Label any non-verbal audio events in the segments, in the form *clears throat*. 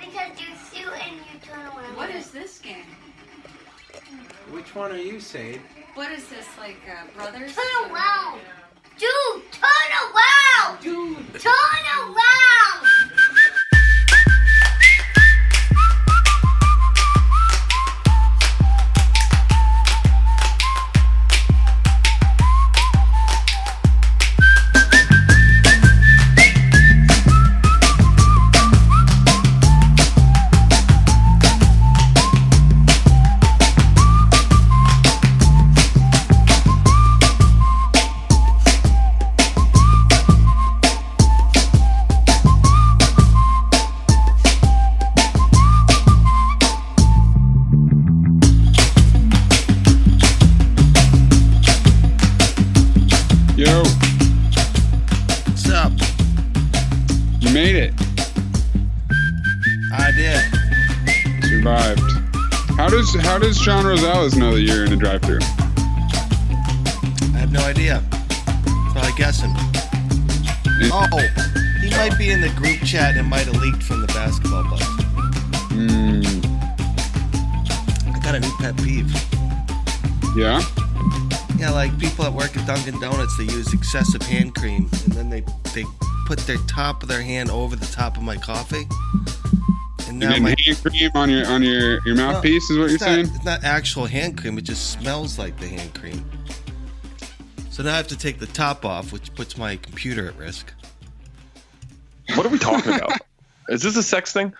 because you shoot and you turn around. What is this game? Which one are you, Sade? What is this like, uh, brothers? Turn around. Dude, turn around. Dude. Turn around. Yo, What's up? you made it. I did. Survived. How does how does Sean Rosales know that you're in a drive-thru? I have no idea. Probably guessing. Oh, he might be in the group chat and might have leaked from the basketball bus. Hmm. Mm, I got a new pet peeve. yeah. Yeah, like people at work at Dunkin' Donuts, they use excessive hand cream and then they they put their top of their hand over the top of my coffee. And You now my did hand cream on your on your your mouthpiece is what you're it's not, saying. It's not actual hand cream. It just smells like the hand cream. So now I have to take the top off, which puts my computer at risk. What are we talking about? Is this a sex thing?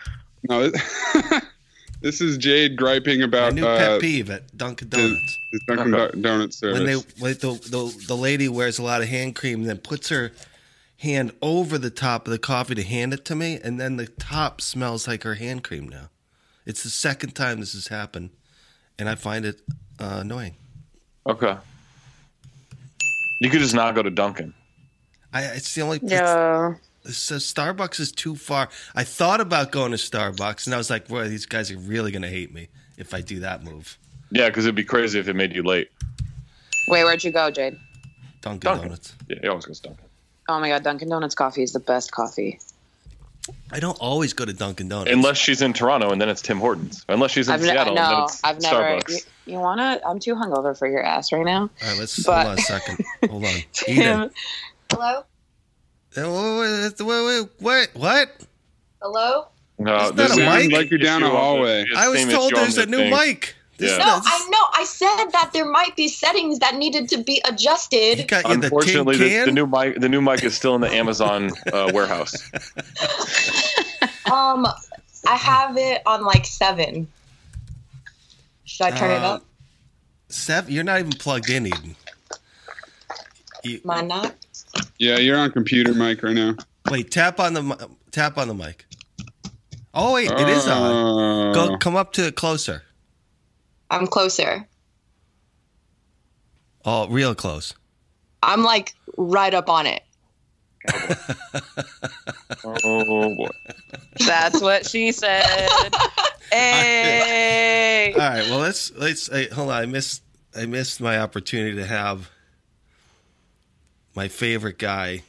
No. it- this *laughs* is Jade griping My about new uh, pet peeve at Dunkin' his, Donuts. his Dunkin' Do- Donut service. when they when the, the the lady wears a lot of hand cream, then puts her hand over the top of the coffee to hand it to me, and then the top smells like her hand cream now. It's the second time this has happened, and I find it uh, annoying. Okay. You could just not go to Dunkin'. I it's the only it's- No. so Starbucks is too far. I thought about going to Starbucks, and I was like, "Boy, these guys are really gonna hate me if I do that move." Yeah, because it'd be crazy if it made you late. Wait, where'd you go, Jade? Dunkin' Dunkin'. Donuts. Yeah, it always goes Dunkin'. Oh my god, Dunkin' Donuts coffee is the best coffee. I don't always go to Dunkin' Donuts. Unless she's in Toronto, and then it's Tim Hortons. Unless she's in I've, ne- Seattle, and then no, it's I've never. e-, Starbucks. You, you wanna? I'm too hungover for your ass right now. All right, let's But- hold on a second. Hold *laughs* on, Eden. Hello? Wait, Uh, wait, wait, wait, what? Hello? No, Isn't that there's a same mic? Like you're down a issue on the- hallway. it's I was same told issue on there's the a new thing. mic. This Yeah. is- No, this- I know. I said that there might be settings that needed to be You adjusted. got you the tin Unfortunately, the, can. the new mic the new mic is still in the Amazon uh, *laughs* warehouse. Um, I have it on like seven. Should I turn it Uh, up? Sev, you're not even plugged in, Eden. You, Am I not? Yeah, you're on computer mic right now. wait, tap on the mi- tap on the mic. Oh wait, it is on. Uh. Oh, Go come up to it closer. I'm closer. Oh, real close. I'm like right up on it. Oh boy. That's what *laughs* she said. hey. All right. Well, let's let's I, hold on. I missed I missed my opportunity to have my favorite guy,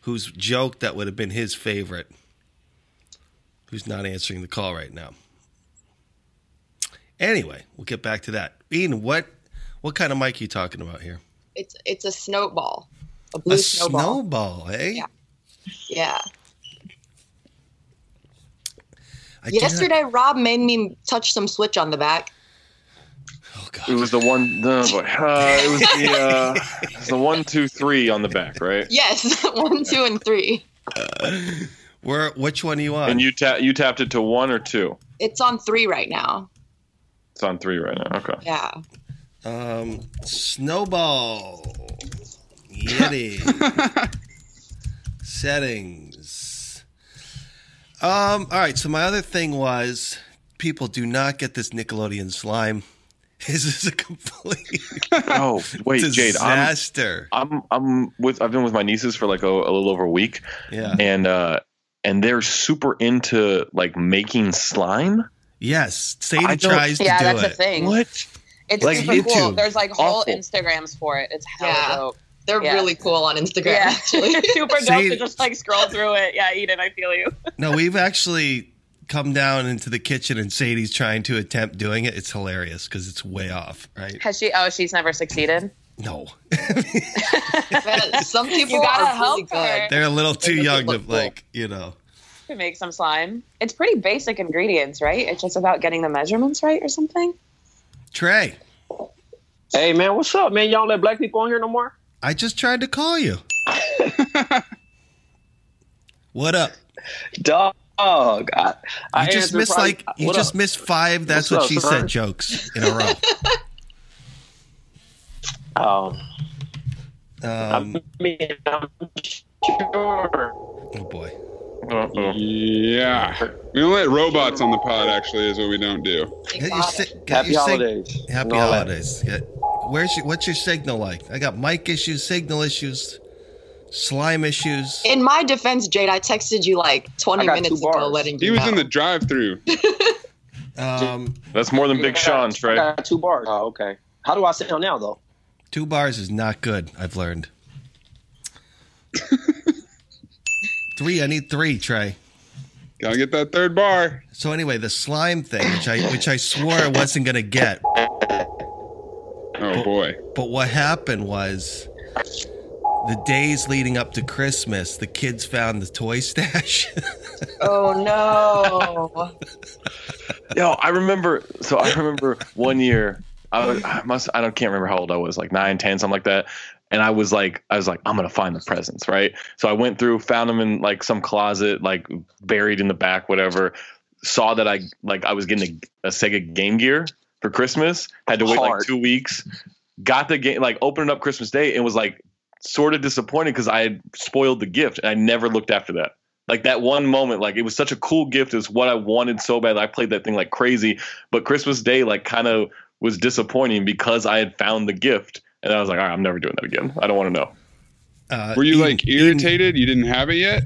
whose joke that would have been his favorite, who's not answering the call right now. Anyway, we'll get back to that. Ian, what what kind of mic are you talking about here? It's it's a snowball. A blue a snowball. snowball, eh? Yeah. Yeah. I do not- Yesterday Rob made me touch some switch on the back. oh It god. was the one oh boy. Uh, it was the uh, it was the one, two, three on the back, right? Yes. *laughs* One, two, and three. Where which one do you want? And you ta- you tapped it to one or two. It's on three right now. It's on three right now. Okay. Yeah. um snowball. Yeti. settings. Um, all right. So my other thing was people do not get this Nickelodeon slime. *laughs* This is a complete *laughs* Oh wait, Jade. I'm, disaster. I'm I'm with I've been with my nieces for like a, a little over a week, yeah. and uh, and they're super into like making slime. Yes. I Sadie don't- tries to Yeah, do that's it. a thing. What? It's Like super cool. YouTube. There's like whole Awful. Instagrams for it. It's hella Yeah. dope. They're Yeah. really cool on *laughs* Instagram yeah, *laughs* actually. *laughs* super dope See- to just like scroll through it. Yeah, Eden, I feel you. No, we've actually come down into the kitchen and Sadie's trying to attempt doing it, it's hilarious because it's way off, right? Has she? Oh, she's never succeeded. No, *laughs* Man, some people You gotta are really help her. good. they're a little too They make it young to look cool. like, you know. To make some slime, it's pretty basic ingredients, right? It's just about getting the measurements right or something. Trey, Hey man, what's up, man? Y'all let black people on here no more? I just tried to call *laughs* you. what up? Dog, I, You I just answered missed probably- like you what just up? missed five. That's What's what up, she sir? said. Jokes in a row. Oh, *laughs* Um, I mean, I'm sure. oh boy. Uh-oh. Yeah. We don't let robots on the pod, actually, is what we don't do. Get your si- get Happy your sig- holidays. Happy and all that. holidays. Get, where's your, what's your signal like? I got mic issues, signal issues, slime issues. In my defense, Jade, I texted you like 20 I got minutes two ago bars. letting you He was know. in the drive thru. Um, That's more than Big Yeah, Sean, Trey. I got two bars. Oh, okay. How do I sound now though? two bars is not good. *laughs* I've learned. three. I need three. Trey. Gotta get that third bar. So anyway, the slime thing, which I which I swore I wasn't gonna get, Oh, boy. But what happened was the days leading up to Christmas, the kids found the toy stash. *laughs* Oh no. *laughs* Yo, I remember. So I remember one year. I, was, I must. I don't can't remember how old I was. Like nine, ten, something like that. And I was like, I was like, I'm gonna find the presents, right? So I went through, found them in like some closet, like buried in the back, whatever. Saw that I like I was getting a, a Sega Game Gear for Christmas. Had to wait Hard. like two weeks. Got the game, like opened it up Christmas Day, and was like sort of disappointed because I had spoiled the gift, and I never looked after that like that one moment like it was such a cool gift is what i wanted so bad i played that thing like crazy but christmas day like kind of was disappointing because i had found the gift and i was like all right i'm never doing that again i don't want to know Uh, Were you Eden- like Eden- irritated? You didn't have it yet?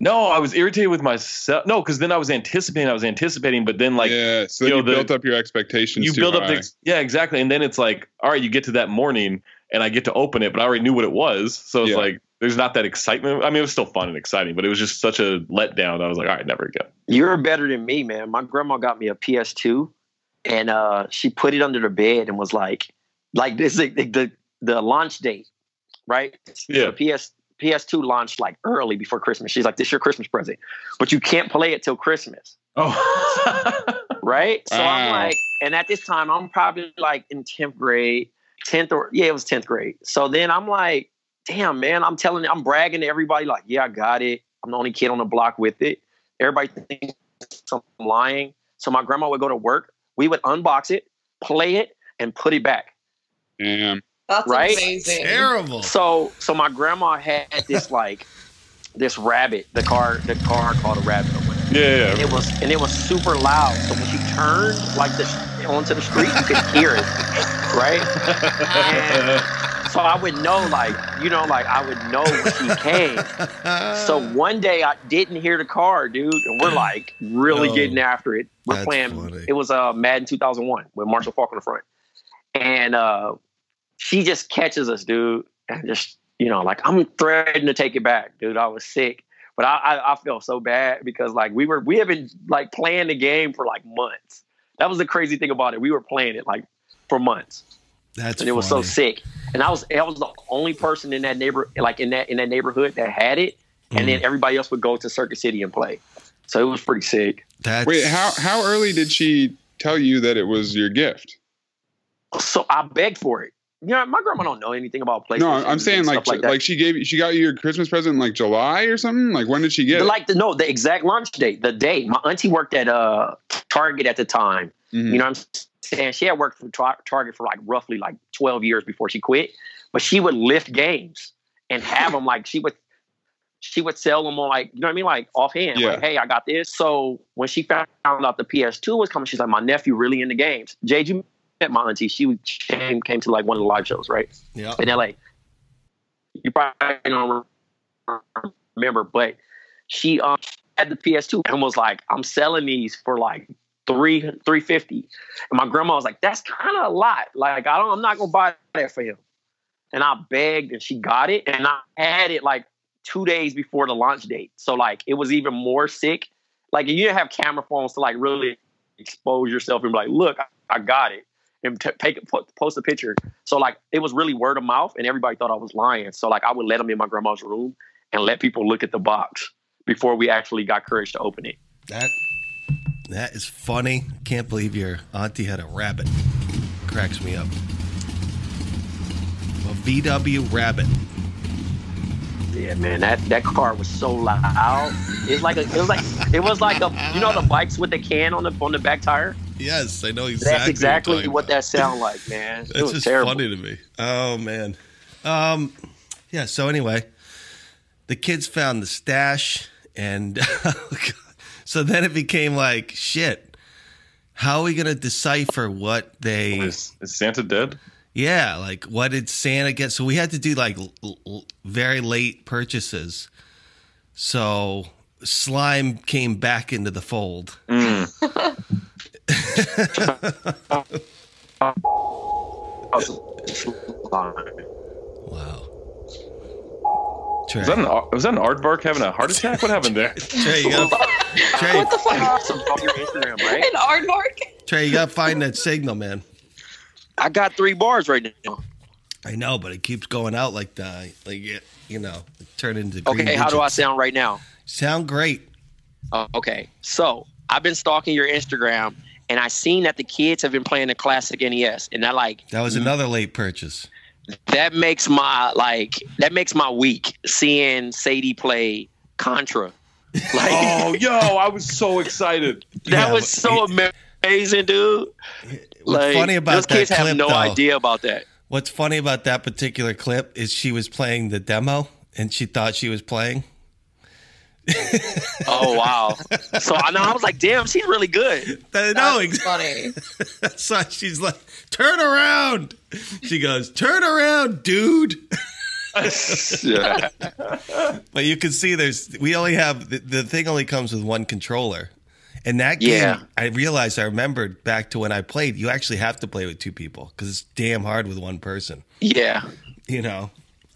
no i was irritated with myself no because then i was anticipating i was anticipating but then like yeah. So then you know, you the- built up your expectations. you too build up high. the yeah exactly and then it's like all right you get to that morning and i get to open it but i already knew what it was so it's Yeah. like there's not that excitement i mean it was still fun and exciting but it was just such a letdown i was like all right never again *laughs* You're better than me, man. My grandma got me a PS2, and uh, she put it under the bed and was like, like this the the, the launch date, right? Yeah. The PS PS2 launched like early before Christmas. She's like, this your Christmas present, but you can't play it till Christmas, *laughs* oh right? So I'm Wow. like, and at this time, I'm probably like in tenth grade, tenth or yeah, it was tenth grade. So then I'm like, damn, man, I'm telling, I'm bragging to everybody, like, yeah, I got it. I'm the only kid on the block with it. Everybody thinks I'm lying. So my grandma would go to work. We would unbox it, play it, and put it back. Damn. That's Right? amazing. terrible. So so my grandma had this like this rabbit, the car the car called a rabbit or whatever. yeah, yeah, yeah. And it was and it was super loud. So when she turned like the onto the street, you could hear it. Right? And so I would know like, you know, like I would know when she came. So one day I didn't hear the car, dude, and we're like really Oh, getting after it. We're that's playing. funny. It was uh, Madden 2001 with Marshall Falk on the front, and uh, she just catches us, dude, and just you know, like I'm threatening to take it back, dude. I was sick, but I I, I felt so bad because like we were we had been like playing the game for like months. That was the crazy thing about it. We were playing it like for months That's and it was so funny. sick. And I was I was the only person in that neighbor like in that in that neighborhood that had it. And then everybody else would go to Circuit City and play. So it was pretty sick. Mm, That's Wait, how how early did she tell you that it was your gift? So I begged for it. You know, my grandma don't know anything about PlayStation. No, I'm saying and like stuff like, that. she gave you- she got you your Christmas present in like July or something. Like when did she get The- it? like the no, the exact launch date, the day. My auntie worked at uh Target at the time. Mhm. You know what I'm saying? She had worked for Tar- Target for like roughly like 12 years before she quit, but she would lift games and have them like she would she would sell them on like you know what I mean like offhand Yeah. like hey I got this. So when she found out the PS2 was coming, she's like my nephew really into games. Jade, you met my auntie. She came came to like one of the live shows right Yeah. in LA. You probably don't remember, but she um, had the PS2 and was like, "I'm selling these for like three three fifty. And my grandma was like, "That's kind of a lot. Like I don't, I'm not gonna buy that for him." And I begged, and she got it, and I had it like two days before the launch date. So like it was even more sick like you didn't have camera phones to like really expose yourself and be like, look, I, I got it, and t- take it, po- post a picture. So like it was really word of mouth, and everybody thought I was lying. So like I would let them in my grandma's room and let people look at the box before we actually got courage to open it. That that is funny. Can't believe your auntie had a rabbit. Cracks me up. A VW rabbit. Yeah, man, that that car was so loud. It's like a, it was like it was like a you know the bikes with the can on the on the back tire. Yes, I know exactly. That's exactly you're talking what about. that sound like, *laughs* man. it That's was just terrible. funny to me. Oh man. Um, yeah. So anyway, the kids found the stash, and *laughs* oh, so then it became like shit. How are we gonna decipher what they? Is, is Santa dead? Yeah, like what did Santa get? So we had to do like l- l- very late purchases. So slime came back into the fold. Mm. *laughs* I was lying. Wow. Was that Trey, an ar- was that an aardvark having a heart attack? What happened there? Trey, you gotta, *laughs* Trey, What the fuck? Some on your Instagram, right? An aardvark? Trey, you gotta find that signal, man. I got three bars right now. I know, but it keeps going out like the like it, you know, turn into green Okay, how do I digits. sound right now? Sound great. Uh, okay, so I've been stalking your Instagram, and I seen that the kids have been playing the classic NES, and I like That was another late purchase. that makes my like that makes my week seeing Sadie play Contra. *laughs* Like Oh, yo, I was so excited. that Yeah, was so amazing, dude. What's Like funny about those that kids clip, have no though, idea about that. What's funny about that particular clip is she was playing the demo and she thought she was playing. Oh *laughs* wow! so I know I was like, damn, she's really good. I know Uh, That's exactly. funny. *laughs* So she's like, "Turn around." She goes, "Turn *laughs* around, dude." *laughs* Yeah. But you can see there's we only have the, the thing only comes with one controller. And that game, Yeah. I realized I remembered back to when I played, you actually have to play with two people cuz it's damn hard with one person, yeah. you know.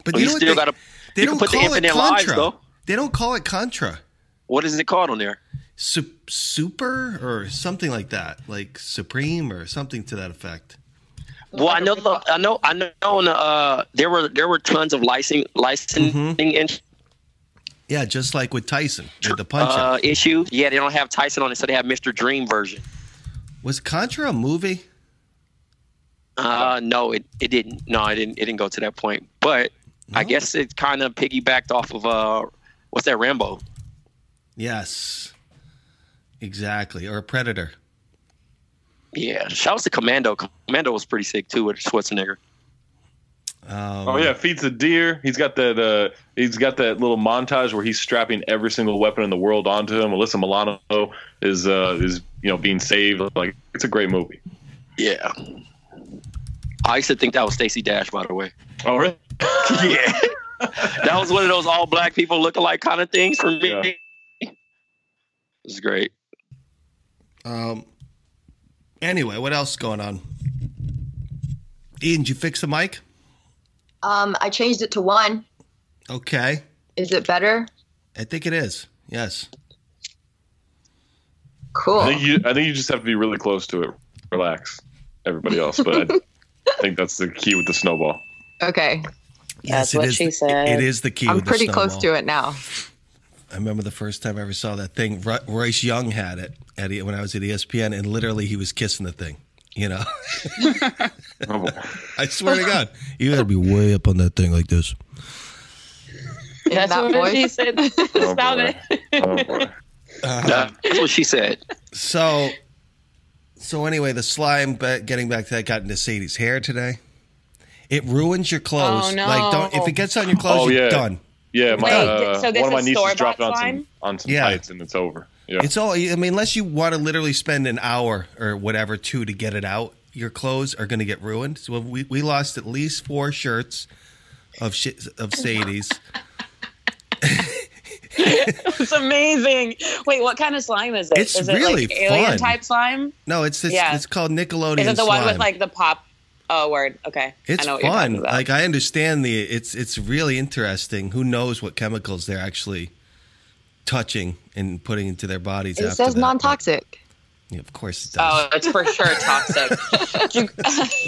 But Well, you what still gotta- they you don't can put the call it infinite lives, Contra. though. They don't call it Contra. What is it called on there? Su- super or something like that, like Supreme or something to that effect. Well, I know, the, I know, I know. On the, uh, there were there were tons of licensing licensing in- Yeah, just like with Tyson, with the punch out. uh, issue. Yeah, they don't have Tyson on it, so they have Mr. Dream version. Was Contra a movie? Uh, no, it, it didn't. No, it didn't. It didn't go to that point. But I guess it kind of piggybacked off of uh, what's that Rambo? Yes. Exactly. Or a Predator. Yeah, shouts to Commando. Commando was pretty sick too with Schwarzenegger. Um, Oh yeah, feeds the deer. He's got that. Uh, he's got that little montage where he's strapping every single weapon in the world onto him. Alyssa Milano is uh, is you know being saved. Like it's a great movie. Yeah. I used to think that was Stacey Dash, by the way. Oh *laughs* really? yeah. that was one of those all black people looking like kind of things for me. Yeah. It was great. Um. Anyway, what else is going on? Ian, did you fix the mic? Um, I changed it to one. Okay, Is it better? I think it is. Yes. Cool. I think you. I think you just have to be really close to it. Relax, everybody else. But I *laughs* think that's the key with the snowball. Okay. yes, That's it what is- she said. It is the key. I'm with the pretty close snowball. to it now. I remember the first time I ever saw that thing. Ro- Royce Young had it at, E- when I was at ESPN, and literally he was kissing the thing. You know, *laughs* Oh, *laughs* boy. I swear to God, *laughs* you got to be way up on that thing like this. In That's that what she voice. said. *laughs* Oh, Stop boy. it. Oh, boy. That's what she said. So, so anyway, the slime. But getting back to that, got into Sadie's hair today. It ruins your clothes. Oh, no. Like, don't if it gets on your clothes, Oh, you're yeah. done. Yeah, my, Wait, uh, so this one of my is nieces store-bought dropped on some slime? on some Yeah. tights and it's over. Yeah, It's all. I mean, unless you want to literally spend an hour or whatever two to get it out, your clothes are going to get ruined. So we we lost at least four shirts of shit of Sadie's. It's amazing. Wait, what kind of slime is it? It's Is it really like alien fun. type slime? No, it's it's, Yeah. it's called Nickelodeon. Is it the slime. one with like the pop? Oh, word. Okay. It's I know what you're fun. talking about. Like I understand the it's it's really interesting. Who knows what chemicals they're actually touching and putting into their bodies. It after says that, non toxic. but- Yeah, of course it does. Oh, it's for sure toxic. *laughs* Did you-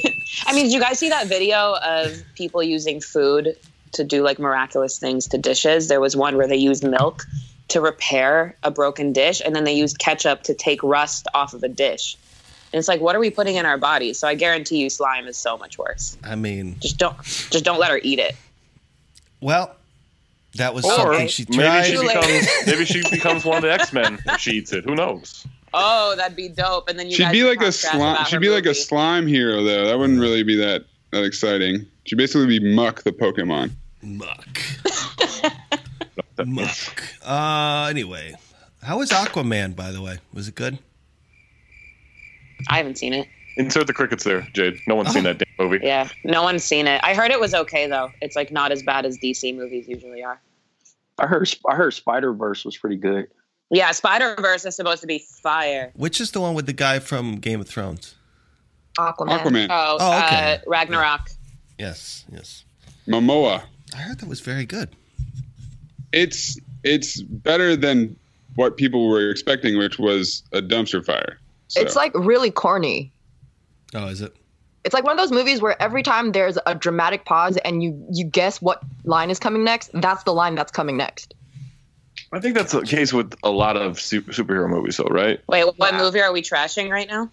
*laughs* I mean, did you guys see that video of people using food to do like miraculous things to dishes? There was one where they used milk to repair a broken dish, and then they used ketchup to take rust off of a dish. And it's like, what are we putting in our bodies? So I guarantee you, slime is so much worse. I mean, Just don't, just don't let her eat it. well, that was Or something she maybe tried. she Too late. becomes *laughs* maybe she becomes one of the X Men if she eats it. Who knows? Oh, that'd be dope. And then you she'd guys be can like talk a trash slime. about her She'd be like a movie. slime hero though. That wouldn't really be that that exciting. She'd basically be Muck the Pokemon. Muck. Muck. Uh, anyway, how was Aquaman? By the way, was it good? I haven't seen it. *laughs* Insert the crickets there, Jade. No one's seen that damn movie. Yeah, no one's seen it. I heard it was okay though. It's like not as bad as DC movies usually are. I heard I heard Spider Verse was pretty good. Yeah, Spider Verse is supposed to be fire. Which is the one with the guy from Game of Thrones? Aquaman. Aquaman, Oh, Oh, okay. uh, Ragnarok. Yes, yes. Momoa. I heard that was very good. It's it's better than what people were expecting, which was a dumpster fire. So, It's like really corny. Oh, is it? It's like one of those movies where every time there's a dramatic pause and you you guess what line is coming next, that's the line that's coming next. I think that's the case with a lot of super, superhero movies, though, right? Wait, what Yeah. movie are we trashing right now?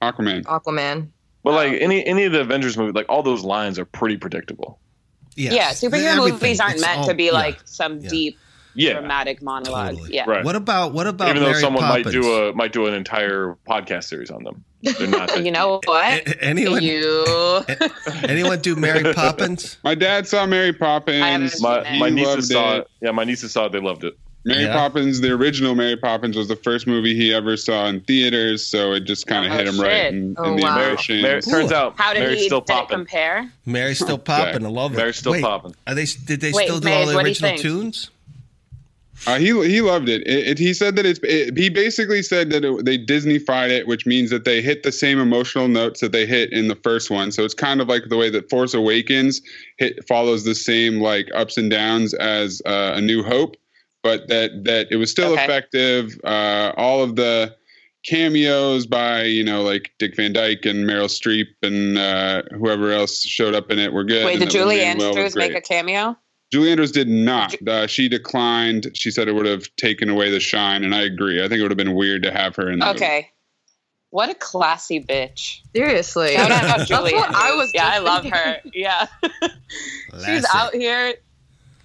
Aquaman. Aquaman. But like any any of the Avengers movies, like all those lines are pretty predictable. Yes. Yeah, superhero Everything. movies aren't It's meant all- to be yeah, like some yeah. deep Yeah, dramatic monologue. Totally. Yeah. right. What about what about Even though Mary someone Poppins? might do a might do an entire podcast series on *laughs* them, they're not. You know what? A- anyone you. *laughs* anyone *laughs* do Mary Poppins? My dad saw Mary Poppins. I haven't my You my nieces loved saw it. it. Yeah, my nieces saw it. They loved it. Mary Yeah. Poppins, the original Mary Poppins, was the first movie he ever saw in theaters, so it just kind of Oh, hit him shit. right in, Oh, in the wow. Mary, emotions. Mary, turns out How did Mary's he still did it popping. compare? Mary's still popping. I love it. Mary's still Wait, popping. Are they? Did they Wait, still do Maze, all the what do you original think? tunes? Uh, he he loved it. It, it. He said that it's. It, he basically said that it, they Disneyfied it, which means that they hit the same emotional notes that they hit in the first one. So it's kind of like the way that Force Awakens hit follows the same like ups and downs as uh, A New Hope, but that that it was still Okay. effective. Uh, all of the cameos by you know like Dick Van Dyke and Meryl Streep and uh, whoever else showed up in it were good. Wait, and did that Julie Lin-Manuel was Andrews make great. Mm-hmm. a cameo? Julie Andrews did not. Uh, she declined. She said it would have taken away the shine, and I agree. I think it would have been weird to have her in. The movie. Okay. What a classy bitch. Seriously. *laughs* Shout out That's Julie. what I was Yeah, I just love thinking. her. Yeah. *laughs* She's Lassie. out here.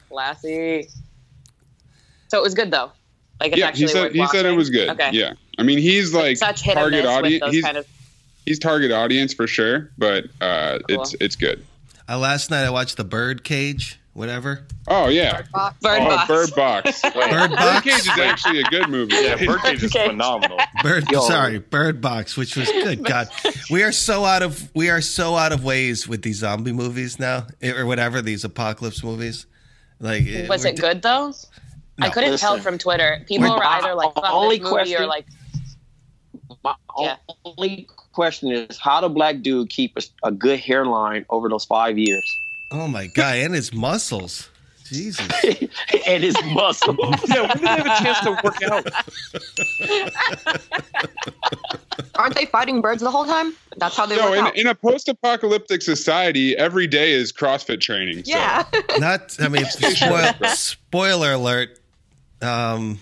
Classy. So it was good though. Like it's Yeah, actually he said worth he said it watching? was good. Okay. Yeah, I mean he's like Such hit or target miss with audience. those He's, kind of he's target audience for sure, but uh, Cool. it's it's good. Uh, last night I watched the Bird Cage, whatever. Oh yeah, Fox. bird oh, box. Bird Box. *laughs* Bird Box. Cage is actually a good movie. *laughs* Yeah, Birdcage is Birdcage. phenomenal. Bird, Yo. sorry, Bird Box, which was *laughs* good. God, we are so out of we are so out of ways with these zombie movies now, eh, or whatever these apocalypse movies. Like, eh, *laughs* Was we're it d- good though? I No. couldn't tell Listen. from Twitter. People Wait, were either like, my "Fuck only this movie," or question- like, My Yeah. only question is how do black dude keep a, a good hairline over those five years Oh my god, and his muscles. Jesus. and his muscles? yeah, when did they have a chance to work out? Aren't they fighting birds the whole time? That's how they No, work in, out. in a post-apocalyptic society, every day is CrossFit training. so- yeah. Not. I mean, spoil, spoiler alert. Um,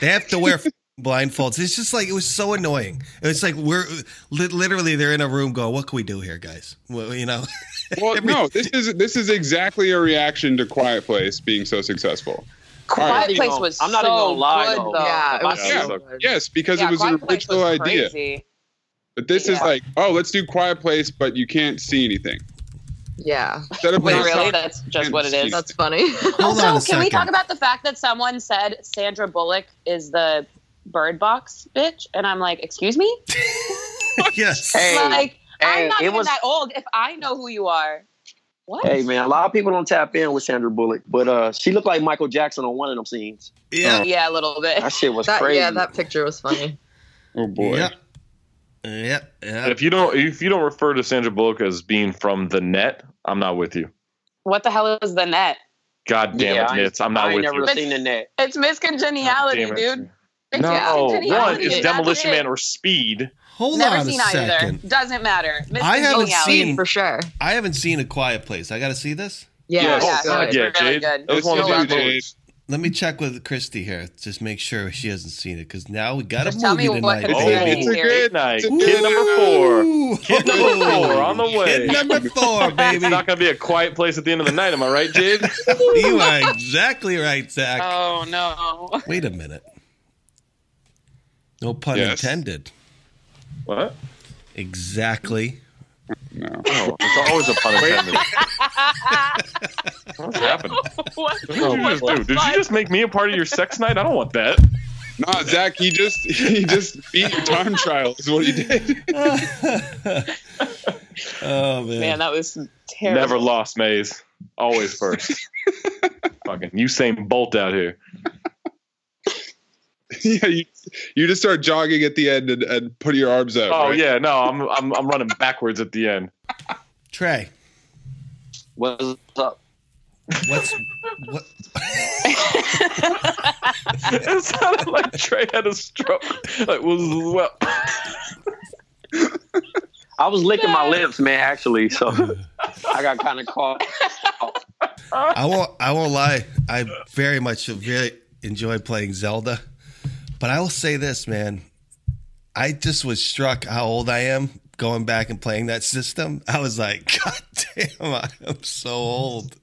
they have to wear *laughs* blindfolds. It's just like it was so annoying. It's like we're li- literally they're in a room going, "What can we do here, guys?" Well, you know. *laughs* Well, no, this is this is exactly a reaction to Quiet Place being so successful. "Quiet Alright. Place was I'm not even so gonna lie, good though. though." Yeah, it Like, was Yeah, so look, good. Yes, because yeah, it was an Quiet Place original was idea. crazy. But this is Yeah. like, oh, let's do Quiet Place, but you can't see anything. Yeah. *laughs* Instead of Wait, us really? talking- *laughs* That's just what it is. That's funny. *laughs* Hold on a Also, can we second. talk about the fact that someone said Sandra Bullock is the Bird Box bitch? And I'm like, excuse me? *laughs* yes. Hey, like, hey, I'm not it even was- that old. If I know who you are, what? Hey man, a lot of people don't tap in with Sandra Bullock, but uh, she looked like Michael Jackson on one of them scenes. Yeah. yeah, a little bit. That shit was that, crazy. yeah, that picture was funny. *laughs* Oh boy. Yep. Yep. And Yep. if you don't if you don't refer to Sandra Bullock as being from the net, I'm not with you. What the hell is the net? God damn Yeah, it, I- Nits. I'm I not ain't with never you. But- *laughs* seen the net. It's God miscongeniality, damn it. dude. It's No, miscongeniality. one is That's Demolition it. Man or Speed. Hold Never on seen a either. second. Doesn't matter. I haven't Miscongeniality. seen- for sure. I haven't seen a Quiet Place. I got to see this. Yeah, Yes. yeah, Oh, God, it's yeah, really Jade. good. That was one of You'll the love Jade. it. movies. Let me check with Christy here. Just make sure she hasn't seen it because now we got Just a tell movie me what tonight. it's Oh, Baby it's a series. good night. It's a Kid number four. Kid number four on the way. Kid number four, It's baby. not going to be a quiet place at the end of the night. Am I right, Jade? you are exactly right, Zach. Oh no. *laughs* Wait a minute. No pun Yes. intended. what? Exactly. No. Oh, it's always a pun intended. What's happening? What? What did you just do? Did you just make me a part of your sex night? I don't want that. Nah, Zach, he just *laughs* he just beat time trial is what he did. *laughs* oh man. Man, that was terrible. Never lost, Maze. Always first. Fucking Usain Bolt out here. yeah, you, you just start jogging at the end and, and put your arms out. Oh right? yeah, no, I'm I'm I'm running backwards at the end. Trey, What's up? what's what? it sounded like Trey had a stroke. Like was well. I was licking my lips, man. Actually, so I got kind of caught. I won't. I won't lie. I very much really enjoy playing Zelda, but I will say this, man. I just was struck how old I am going back and playing that system. I was like, *laughs* God damn, I am so old.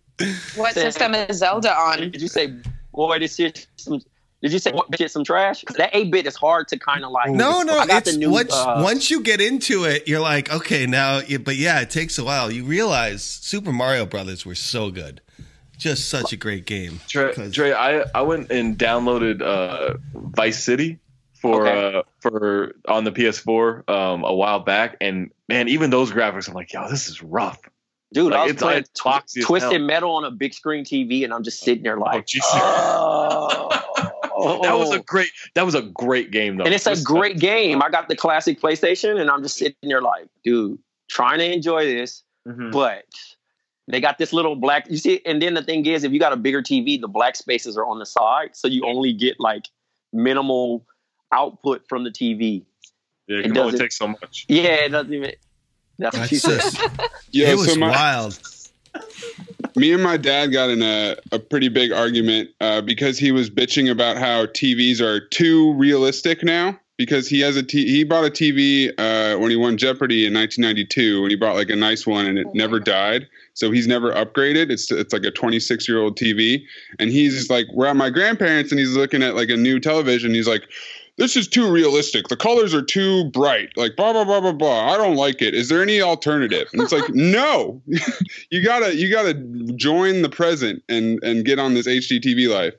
What system is Zelda on? Did you say, boy, this shit? Some, did you say what, shit? Some trash? That eight bit is hard to kind of like. No, no. I got It's the new. once, uh, once you get into it, you're like, okay, now. yeah, But yeah, it takes a while. You realize Super Mario Brothers were so good, just such a great game. Dre, 'Cause- Dre, I, I went and downloaded uh, Vice City for Okay. uh, for on the PS4 um, a while back, and man, even those graphics, I'm like, yo, this is rough. dude, like, I was it's- playing it's boxy as Twisted hell. Metal on a big screen TV, and I'm just sitting there Oh, like, Jesus. *laughs* oh. Oh. that was a great that was a great game though. and it's a This- great game. I got the classic PlayStation, and I'm just sitting there like, dude, trying to enjoy this, Mhm. but they got this little black. You see, and then the thing is, if you got a bigger TV, the black spaces are on the side, so you only get like minimal output from the TV. Yeah, It it can only doesn't- take so much. Yeah, it doesn't even. That's *laughs* what she That's said. just, Yo, it was so my, wild. *laughs* me and my dad got in a, a pretty big argument uh, because he was bitching about how TVs are too realistic now. Because he has a t- he bought a TV uh, when he won Jeopardy in 1992, and he bought like a nice one, and it never died. So he's never upgraded. It's it's like a 26 year old TV, and he's just like we're at my grandparents, and he's looking at like a new television. He's like, this is too realistic. The colors are too bright. Like blah blah blah blah blah. I don't like it. Is there any alternative? And it's like no, you gotta you gotta join the present and and get on this HGTV life.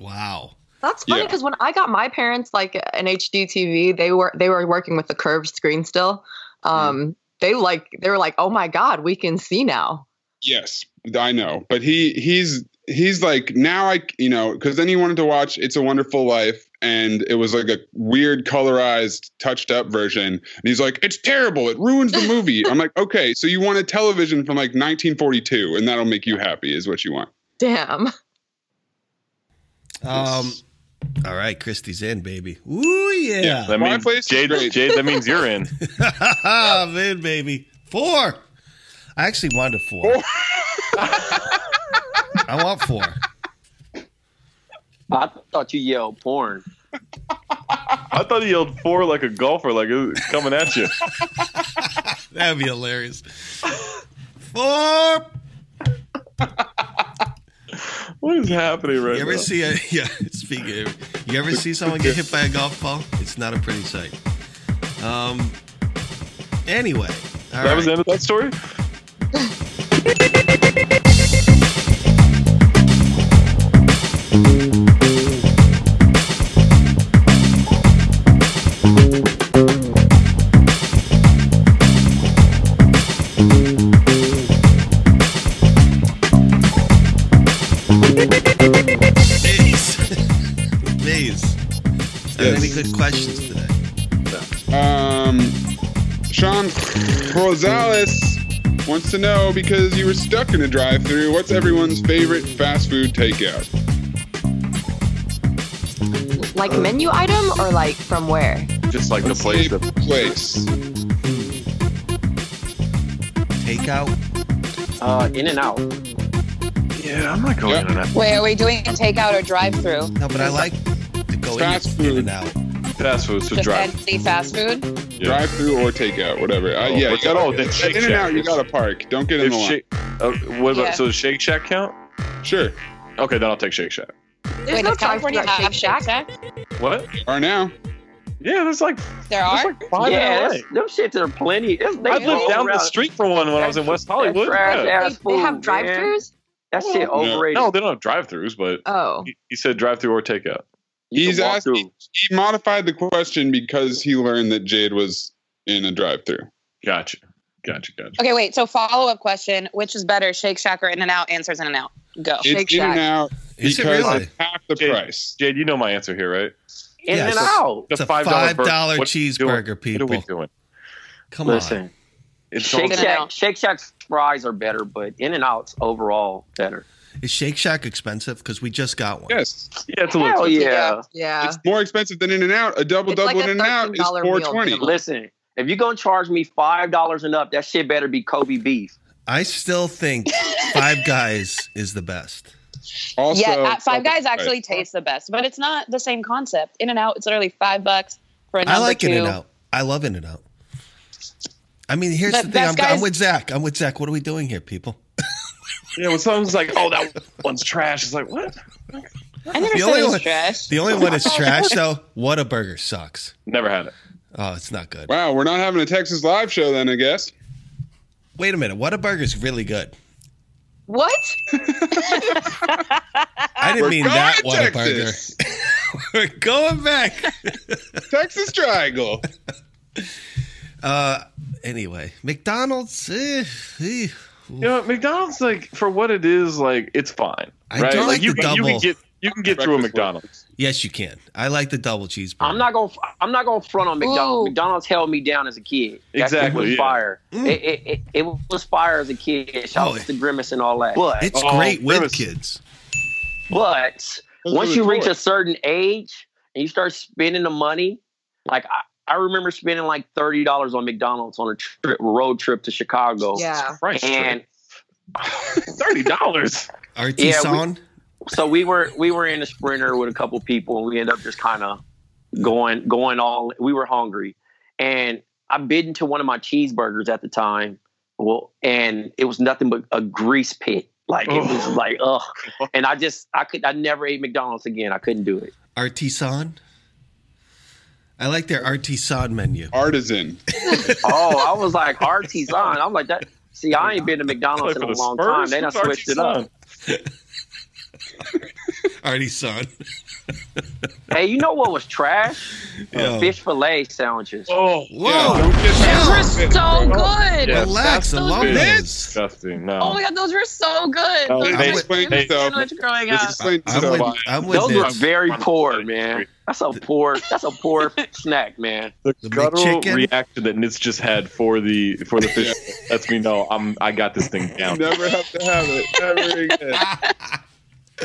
Wow. That's funny Yeah. because when I got my parents like an HD TV, they were they were working with the curved screen still. Mm. Um, They like they were like, oh my god, we can see now. Yes, I know, but he he's he's like now I you know because then he wanted to watch It's a Wonderful Life and it was like a weird colorized touched up version and he's like it's terrible it ruins the movie I'm like okay so you want a television from like 1942 and that'll make you happy is what you want Damn. *laughs* Um, all right, Christy's in, baby. Ooh yeah, That My means place is Jade, great. Jade, that means you're in. *laughs* I'm in, baby. Four. I actually wanted four. *laughs* I want four. I thought you yelled porn. I thought he yelled four like a golfer, like it was coming at *laughs* you. That'd be hilarious. Four. What is happening right You now? ever see a *laughs* yeah? Speaking, of, you ever see someone get hit by a golf ball? It's not a pretty sight. Um. Anyway, all that was the right. end of that story. Maze. *laughs* Maze. Are there Yes. any good questions today? Um, Sean Rosales wants to know because you were stuck in a drive-through. What's everyone's favorite fast food takeout? Like menu item or like from where? Just like the place. Favorite That, place. Takeout. Uh, in and out. yeah, I'm not going Yeah. in and out. Wait, are we doing takeout or drive-through? No, but I like to go Fast in, food. in and out. Fast food, so Just drive. any fast food? Yeah. Drive-through or takeout, whatever. Uh, Oh, yeah, you what's- gotta, oh, then Shake in and out. Shack. You gotta park. Don't get in If the line. shake, uh, what about Yeah. so does Shake Shack count? sure, Okay, then I'll take Shake Shack. There's Wait, does drive-thru California at have Shake Shack? What? are now. Yeah, there's like There there's are? like five in yeah, LA. that's, them shits are plenty. That's, they I Really? lived all down the around. street from one when I was in West Hollywood. trash Yeah. They, ass they food, have man. drive-throughs. That shit No. overrated. No, they don't have drive-throughs, but Oh, he, he said drive-through or takeout. You He's can walk asking- through. He modified the question because he learned that Jade was in a drive-through. Gotcha, gotcha, gotcha. Okay, wait. So follow-up question: Which is better, Shake Shack or In-N-Out? Answers In-N-Out. Go. It's Shake in and Shack. out Is it because really? it's half the Jade- price. Jade, you know my answer here, right? In Yeah, and so- out. It's a $5 burger. $5 What are we doing? cheeseburger, people. What are we doing? Come on. Listen, It's Shake all- In-N-Out. Shack, Shake Shack's fries are better, but In and Out's overall better. Is Shake Shack expensive? Because we just got one. Yes, yeah, it's a little. Hell expensive. yeah. yeah. it's more expensive than In and Out. A double It's like double a In and Out is $13 meal four twenty. minimum. Listen, if you're gonna charge me five dollars and up, that shit better be Kobe beef. I still think Five Guys is the best. Also, yeah, at Five double Guys price. actually tastes the best, but it's not the same concept. In and Out, it's literally five bucks for a number I like two. In and Out. I love In and Out. I mean, here's But the thing. that's I'm, guys- I'm with Zach. I'm with Zach. What are we doing here, people? Yeah, when someone's like, "Oh, that one's trash," it's like, "What?" I never The said only it was one- trash. The only one that's trash though. What a burger sucks. Never had it. Oh, it's not good. Wow, we're not having a Texas live show then, I guess. Wait a minute. What a burger's really good. *laughs* What? I didn't We're mean going that to what a burger. Texas. *laughs* We're going back. *laughs* Texas Triangle. Uh, anyway, McDonald's. eh, eh, You know, McDonald's like for what it is, like it's fine. I right? do like you, the can- you double. can get you can get through a Breakfast McDonald's. yes, you can. I like the double cheeseburger. I'm not gonna I'm not gonna front on McDonald's. Ooh. McDonald's held me down as a kid. That Exactly, It was yeah. fire. Mm. It, it, it, it was fire as a kid. Shout Oh, out to Grimace and all that. But It's Oh, great with Grimace. kids. but Those once were you the reach a toys. certain age and you start spending the money, like I, I remember spending like thirty dollars on McDonald's on a trip, road trip to Chicago. Yeah. Price And *laughs* thirty dollars. Artisan. so we were we were in a sprinter with a couple people and we ended up just kind of going going all we were hungry and i bit into one of my cheeseburgers at the time well and it was nothing but a grease pit like *laughs* *laughs* it was Ugh. like ugh and i just i could i never ate mcdonald's again i couldn't do it artisan. I like their artisan menu. Artisan. oh i was like artisan i'm like that see i ain't been to mcdonald's in a long time they done switched it up Artisan. hey you know what was trash Yo. fish fillet sandwiches Oh, Whoa. Yeah, don't get Those that were shit, so bro. good. Yeah, Relax. I that's love so good. this. disgusting. No, Oh my god, those were so good. No, Those This they- were explains they- itself. so much growing This up. explains I'm with, itself. I'm with Those were this. very poor, man. That's a poor. That's a poor snack, man. the, The guttural McChicken? reaction that Nitz just had for the for the *laughs* fish lets me know I'm I got this thing You down. never have to have it ever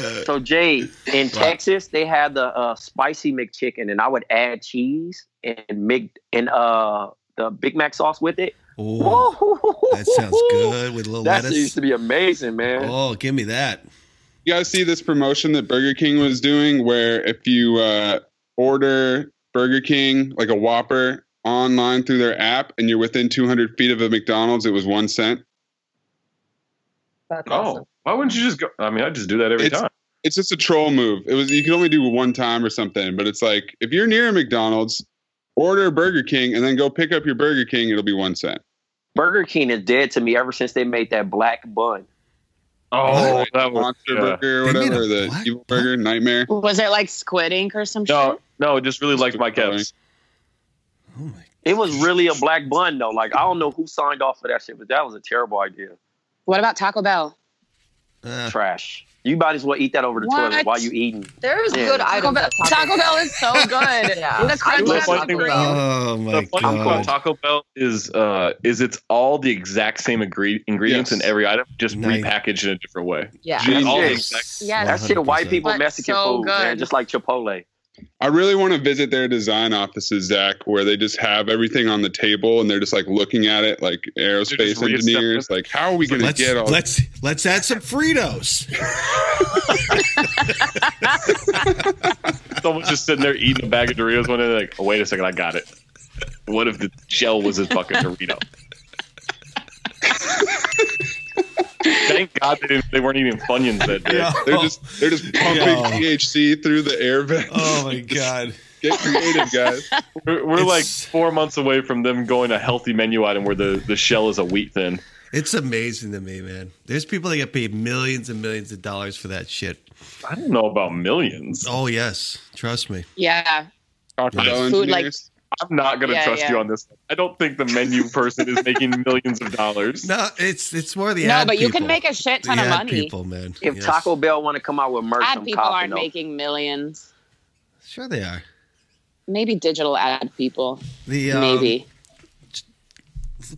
again. So Jay, in Texas, they had the uh, spicy McChicken, and I would add cheese and Mc and uh the Big Mac sauce with it. Ooh, Woo-hoo-hoo-hoo-hoo. that sounds good with a *laughs* little That used lettuce. to be amazing, man. Oh, give me that. You guys see this promotion that Burger King was doing where if you uh, order Burger King, like a Whopper, online through their app and you're within 200 feet of a McDonald's, it was one cent. That's Oh, why wouldn't you just go? I mean, I just do that every It's- time. It's just a troll move. It was you can only do it one time or something, but it's like if you're near a McDonald's, order a Burger King and then go pick up your Burger King, it'll be one cent. Burger King is dead to me ever since they made that black bun. Oh, Like that was Monster yeah. Burger or They made whatever, a the black evil bun? burger, nightmare. Was it like squid ink or some no, shit? no, it just really liked my caps. Oh my. It was really a black bun though. Like I don't know who signed off for that shit, but that was a terrible idea. What about Taco Bell? Uh, Trash. You might as well eat that over the What? toilet while you eating. There's Yeah. good Taco items. Bell, at Taco Bell is *laughs* so good. Yeah. The crunch love is Taco great. Bell. Oh my the fun thing about god. Taco Bell is uh, is it's all the exact same agree- ingredients Yes. in every item, just Nice. repackaged in a different way. Yeah. Genius. All the exact- Yes. That shit, white 100%. people But Mexican so food, good. man, just like Chipotle. I really want to visit their design offices, Zach, where they just have everything on the table and they're just like looking at it, like aerospace reassessing. engineers. Like, how are we going to Let's get all? let's let's add some Fritos. Someone's just sitting there eating a bag of Doritos one day, they're like, oh, wait a second, I got it. What if the gel was his *laughs* fucking Dorito? Thank God they, didn't, they weren't eating Funyuns that day. They're just they're *laughs* just pumping Yo. THC through the air vents. *laughs* Oh my god. *laughs* Get creative, guys. We're, we're like It's- four months away from them going a healthy menu item where the, the shell is a wheat thin. It's amazing to me, man. There's people that get paid millions and millions of dollars for that shit. I don't know about millions. Oh yes, trust me. Yeah. Taco Bell Food, like- engineers. I'm not going to Yeah, trust yeah. you on this. I don't think the menu person is *laughs* making millions of dollars. No, it's it's more the No, ad but you can people. make a shit ton The of ad money. people, man. If Yes. Taco Bell want to come out with merch, Ad I'm people coughing aren't up. making millions. sure they are. Maybe digital ad people. The um, Maybe.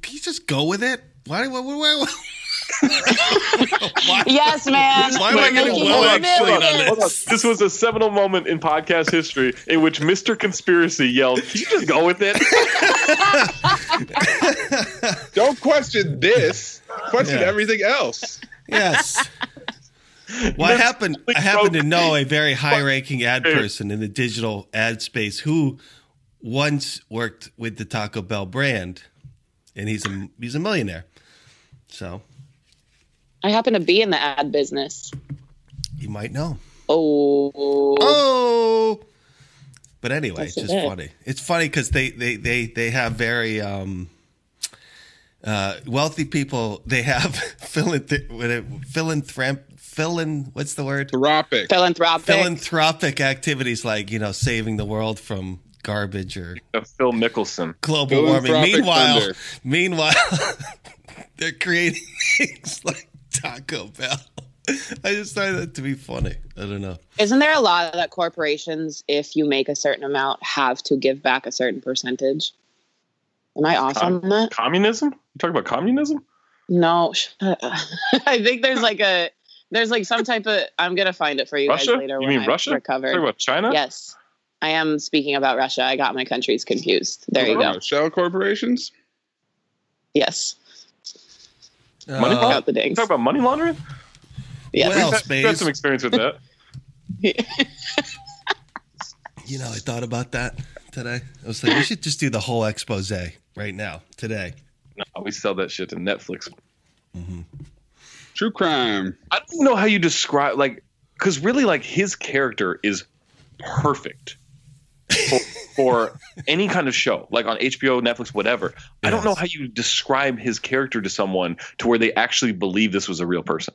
Can you just go with it? Why? Why? Why? why, *laughs* why, Yes, man. why am I We're getting making well millions. actually on this? This was a seminal moment in podcast history in which Mr. Conspiracy yelled, Can you just go with *laughs* it? Don't question this. Question Yeah. everything else. *laughs* Yes. Well, I happen I happen to know a very high ranking ad Hey. person in the digital ad space who once worked with the Taco Bell brand, and he's a he's a millionaire. So I happen to be in the ad business. you might know. Oh. Oh. But anyway, it's That's just it. funny. It's funny because they, they they they have very um, uh, wealthy people. They have *laughs* philanthrop, philanthrop, philan, what's the word? Tropic. Philanthropic. Philanthropic activities like you know saving the world from garbage or Phil Mickelson. global warming. Philanthropic Meanwhile, thunder. meanwhile, *laughs* they're creating *laughs* things like Taco Bell. I just find that to be funny. I don't know. Isn't there a law that corporations, if you make a certain amount, have to give back a certain percentage? Am I off on that? Communism? You talking about communism? No, shut up. *laughs* I think there's like a there's like some type of I'm gonna find it for you Russia? guys later. You when mean I Russia? Recover. Talking about China? Yes, I am speaking about Russia. I got my countries confused. There you Wow, go. Shell corporations. Yes, Money Uh, I got the You dings. talking about money laundering? Yes, Well, We've had- we've had Space. some experience with *laughs* that. You know, I thought about that today. I was like, we should just do the whole expose right now, today. no, we sell that shit to Netflix. True crime. I don't know how you describe, like, because really, like, his character is perfect for, for any kind of show, like on HBO, Netflix, whatever. I don't know Yes. how you describe his character to someone to where they actually believe this was a real person.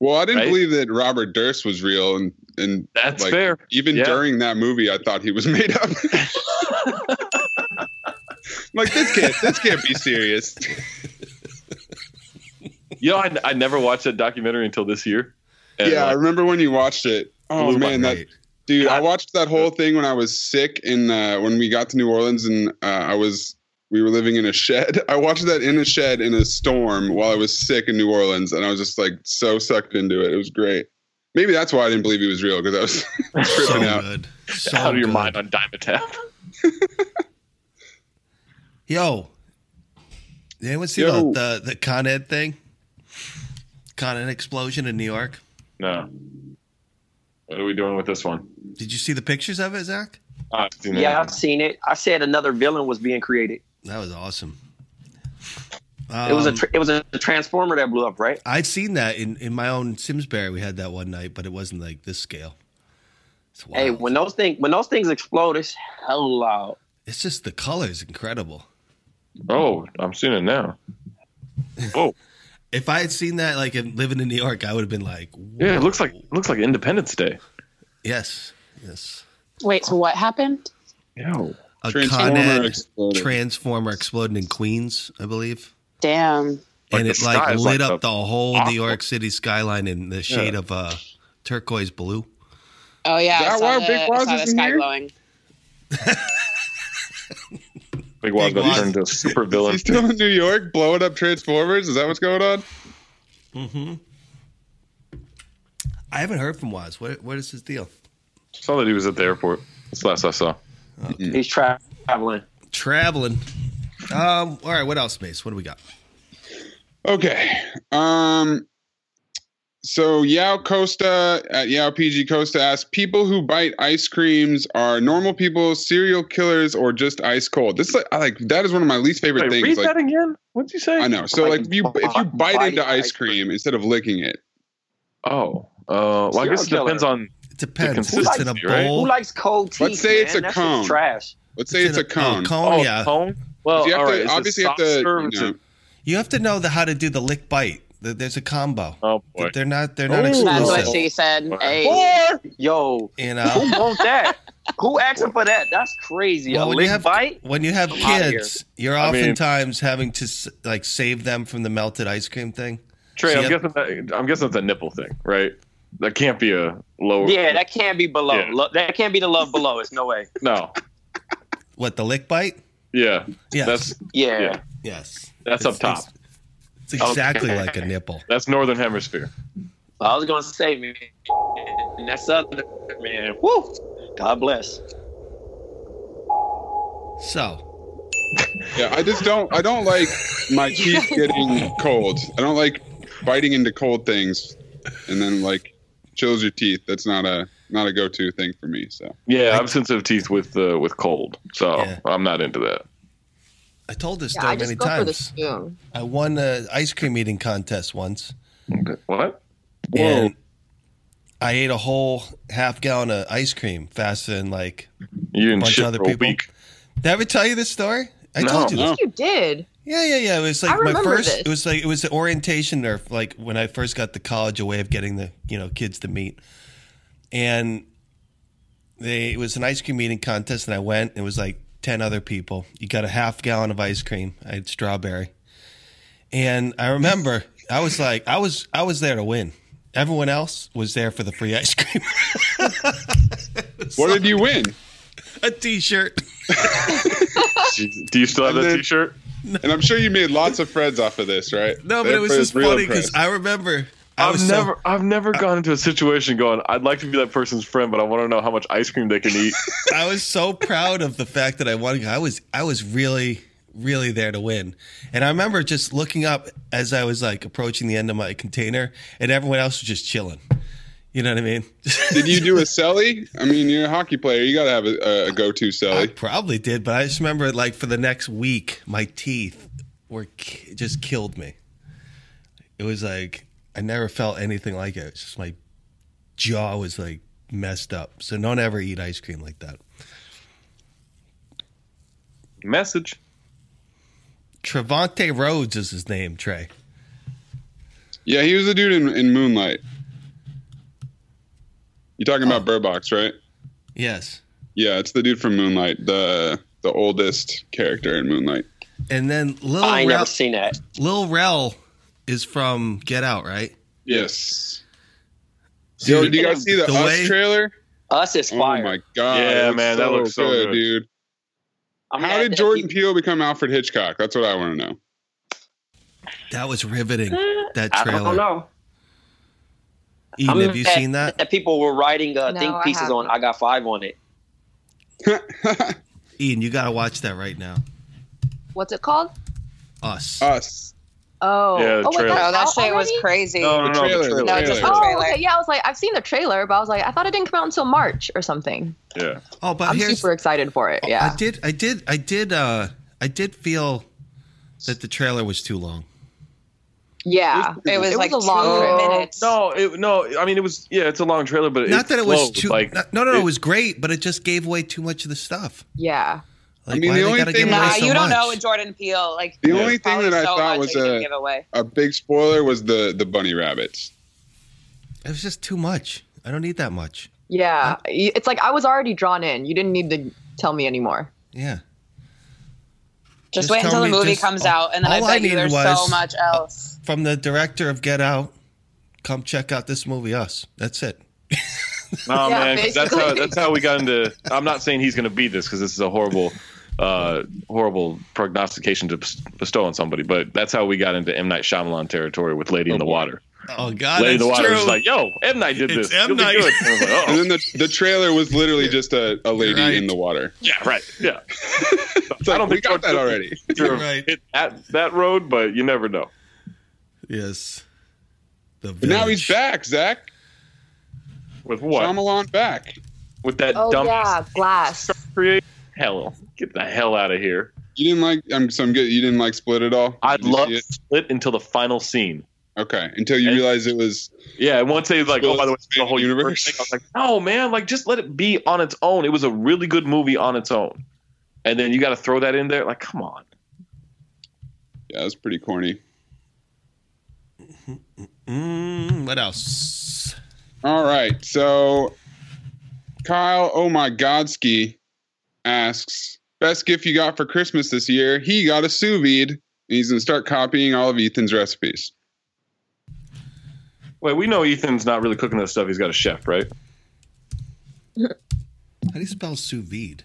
Well, I didn't Right? believe that Robert Durst was real, and and That's Like, fair. even Yeah. during that movie, I thought he was *laughs* made up. I'm like this can't this can't be serious. You know, I, I never watched that documentary until this year. And, yeah, I like, remember when you watched it. Oh Blew my man, that Right. dude! I God. watched that whole thing when I was sick, and uh, when we got to New Orleans, and uh, I was we were living in a shed. *laughs* I watched that in a shed in a storm while I was sick in New Orleans, and I was just like so sucked into it. It was great. Maybe that's why I didn't believe he was real because I was *laughs* so tripping out. good. *laughs* So out of your good. mind on Diamond Tap. Yo. Did anyone see Yo. the, the, the Con Ed thing? Con Ed explosion in New York. No. What are we doing with this one? Did you see the pictures of it, Zach? Ah, I've seen that. Yeah, I've seen it. I said another villain was being created. That was awesome. It was a Um, tr it was a transformer that blew up, right? I'd seen that in, in my own Simsbury. We had that one night, but it wasn't like this scale. It's wild. Hey, when those things when those things explode, it's hell loud. it's just the colors incredible. Oh, I'm seeing it now. Oh, If I had seen that, like in, living in New York, I would have been like, "Whoa." yeah, it looks like looks like Independence Day. yes, yes, Wait, so what happened? Yo. a Con Transformer Ed exploded. transformer exploded in Queens, I believe, Damn. Like and the it sky like is lit like up the- the whole awful. New York City skyline in the shade of uh, turquoise blue. Oh yeah, Is that I saw why the, Big I Waz saw the isn't sky here? glowing. Big Waz Big about Waz. to turn into a super Is *laughs* villain. he still in New York blowing up Transformers? Is that what's going on? Mm-hmm. I haven't heard from Waz. What what is his deal? saw that he was at the airport. That's the last I saw. He's tra- traveling. Traveling. Um. All right. What else, Mace? What do we got? Okay. Um so Yao Costa at Yao PG Costa asks, people who bite ice creams are normal people, serial killers, or just ice cold. This is like, I like that is one of my least favorite Wait, things. read like, that again. What'd you say? I know. So Like, like, if you if you bite, bite into ice cream instead of licking it. Oh, uh, well, I guess it Serial depends on. It depends. Who It's likes in a you, right? bowl. Who likes cold tea? Let's say it's man? a That's cone. just trash. Let's say it's, in a, cone. Oh, cone. oh, yeah. cone. Well, You have all to- right. is it obviously you have soft to, serve or you is know. it- You have to know the, how to do the lick bite. Th- There's a combo. Oh boy. They're not. They're not Ooh. That's what exclusive. uh, she said. Wow. Hey, Or yo, who You know. want that? Who asking for that? That's crazy. Well, a when lick you have bite. when you have I'm outta here. kids, you're I mean- oftentimes having to s- like save them from the melted ice cream thing. Trey, So I'm you guessing that I'm guessing it's a nipple thing, right? That can't be a lower. Yeah, that can't be below. Yeah. Lo- that can't be the love below. It's no *laughs* way. no. What the lick bite? Yeah, Yes. that's Yeah. Yeah. yes. that's up It's- top. It's exactly Okay. like a nipple. That's northern hemisphere. I was gonna say, man, and that's other man. Woo! God bless. So Yeah, I just don't. I don't like *laughs* my teeth getting *laughs* cold. I don't like biting into cold things, and then like chills your teeth. That's not a not a go to thing for me. So Yeah, Like- I'm sensitive teeth with uh, with cold, so Yeah. I'm not into that. I told this Yeah, story I just many go for the times. spoon. I won an ice cream eating contest once, What? and I ate a whole half gallon of ice cream faster than like. You didn't Bunch of shit other for a people. week. Did I ever tell you this story? I No. told you this. no, You did. Yeah, yeah, yeah. It was I like my remember first. this. It was like it was the orientation, or like when I first got to college, a way of getting the you know kids to meet. And they it was an ice cream eating contest, and I went. It was like ten other people. You got a half gallon of ice cream. I had strawberry, and I remember I was like, I was I was there to win. Everyone else was there for the free ice cream, *laughs* what did you win? a T-shirt. Do you still *laughs* have And that then- T-shirt? And I'm sure you made lots of friends off of this, right? No, but it was Everybody's just real funny because impressed. I remember I I've was so- never, I've never gone into a situation going, I'd like to be that person's friend, but I want to know how much ice cream they can eat. I was so proud of the fact that I won. I was I was really really there to win. And I remember just looking up as I was like approaching the end of my container and everyone else was just chilling. You know what I mean? *laughs* did you do a celly? I mean, you're a hockey player. You got to have a, a go to I celly. probably did, but I just remember like for the next week my teeth were ki- just killed me. It was like I never felt anything like it. It's just my jaw was like messed up. So don't ever eat ice cream like that. Message. Trevante Rhodes is his name, Trey. Yeah, he was the dude in, in Moonlight. You talking about Oh. Burbox, right? Yes. Yeah, it's the dude from Moonlight, the the oldest character in Moonlight. And then Lil I ain't Rel, never seen that. Lil Rel is from Get Out, right? Yes. Yo, do you guys see the, The Us way- trailer? Us is fire. Oh my god! Yeah, it looks man, that looks so good. dude. I'm How glad did that Jordan you- Peele become Alfred Hitchcock? That's what I want to know. That was riveting. That I trailer. don't know. Ian, I'm have you mad seen that? That people were writing uh, No, think I pieces on. haven't. I got five on it. Ian, you got to watch that right now. What's it called? Us. Uh, Us. Oh, Yeah, the oh, wait, trailer. that's oh, that out shit was already? crazy. No, no, no. trailer, The trailer. No, just trailer. the Oh, trailer. okay. Yeah, I was like, I've seen the trailer, but I was like, I thought it didn't come out until March or something. Yeah. oh, but I'm here's super excited for it. Yeah. I did I did I did uh I did feel that the trailer was too long. yeah. It was It was like a long two trailer. minutes. Uh, No, it, no. I mean, it was. Yeah, it's a long trailer, but not that it was flowed, too like not- No, no, no, it it- was great, but it just gave away too much of the stuff. Yeah. Like I mean, why the they only got to thing- give away Nah, so you don't much? know with Jordan Peele. Like The Yeah. only thing probably that I so thought much was they could a, give away. a big spoiler was the the bunny rabbits. It was just too much. I don't need that much. Yeah. Y- It's like I was already drawn in. You didn't need to tell me anymore. Yeah. Just, Just wait until tell the me- movie just- comes all- out, and then I all bet I you needed there's so was- much else. From the director of Get Out, come check out this movie Us. That's it. Oh Yeah, man, 'cause that's how basically. that's how we got into. I'm not saying he's going to beat this because this is a horrible, uh, horrible prognostication to bes- bestow on somebody. But that's how we got into M Night Shyamalan territory with Lady in the Water. Oh Um, God, Lady in that's the Water true. was like, "Yo, M Night did It's this. You'll M. be Night." good." And I was like, "Oh, And *laughs* then the, the trailer was literally just a, a lady Right. in the water. yeah, right, yeah." It's like, I don't we think got George that already. You're Sure. right. Hit that that road, but you never know. Yes. The But now he's village. back, Zach. With what? Shyamalan back. With that Oh dumb yeah, glass. create? Hell, get the hell out of here! You didn't like. I'm so I'm good. You didn't like Split at all. I'd Did you love see it? split until the final scene. Okay, until you And- realize it was Yeah, and once they like, oh, by the way, it's the whole Universe. universe. thing, I was like, no, man, like just let it be on its own. It was a really good movie on its own, and then you got to throw that in there. Like, come on. yeah, it was pretty corny. Mm, what else? All right, so Kyle, oh my Godsky, asks best gift you got for Christmas this year. He got a sous vide, and he's gonna start copying all of Ethan's recipes. Wait, we know Ethan's not really cooking that stuff. He's got a chef, right? How do you spell sous vide?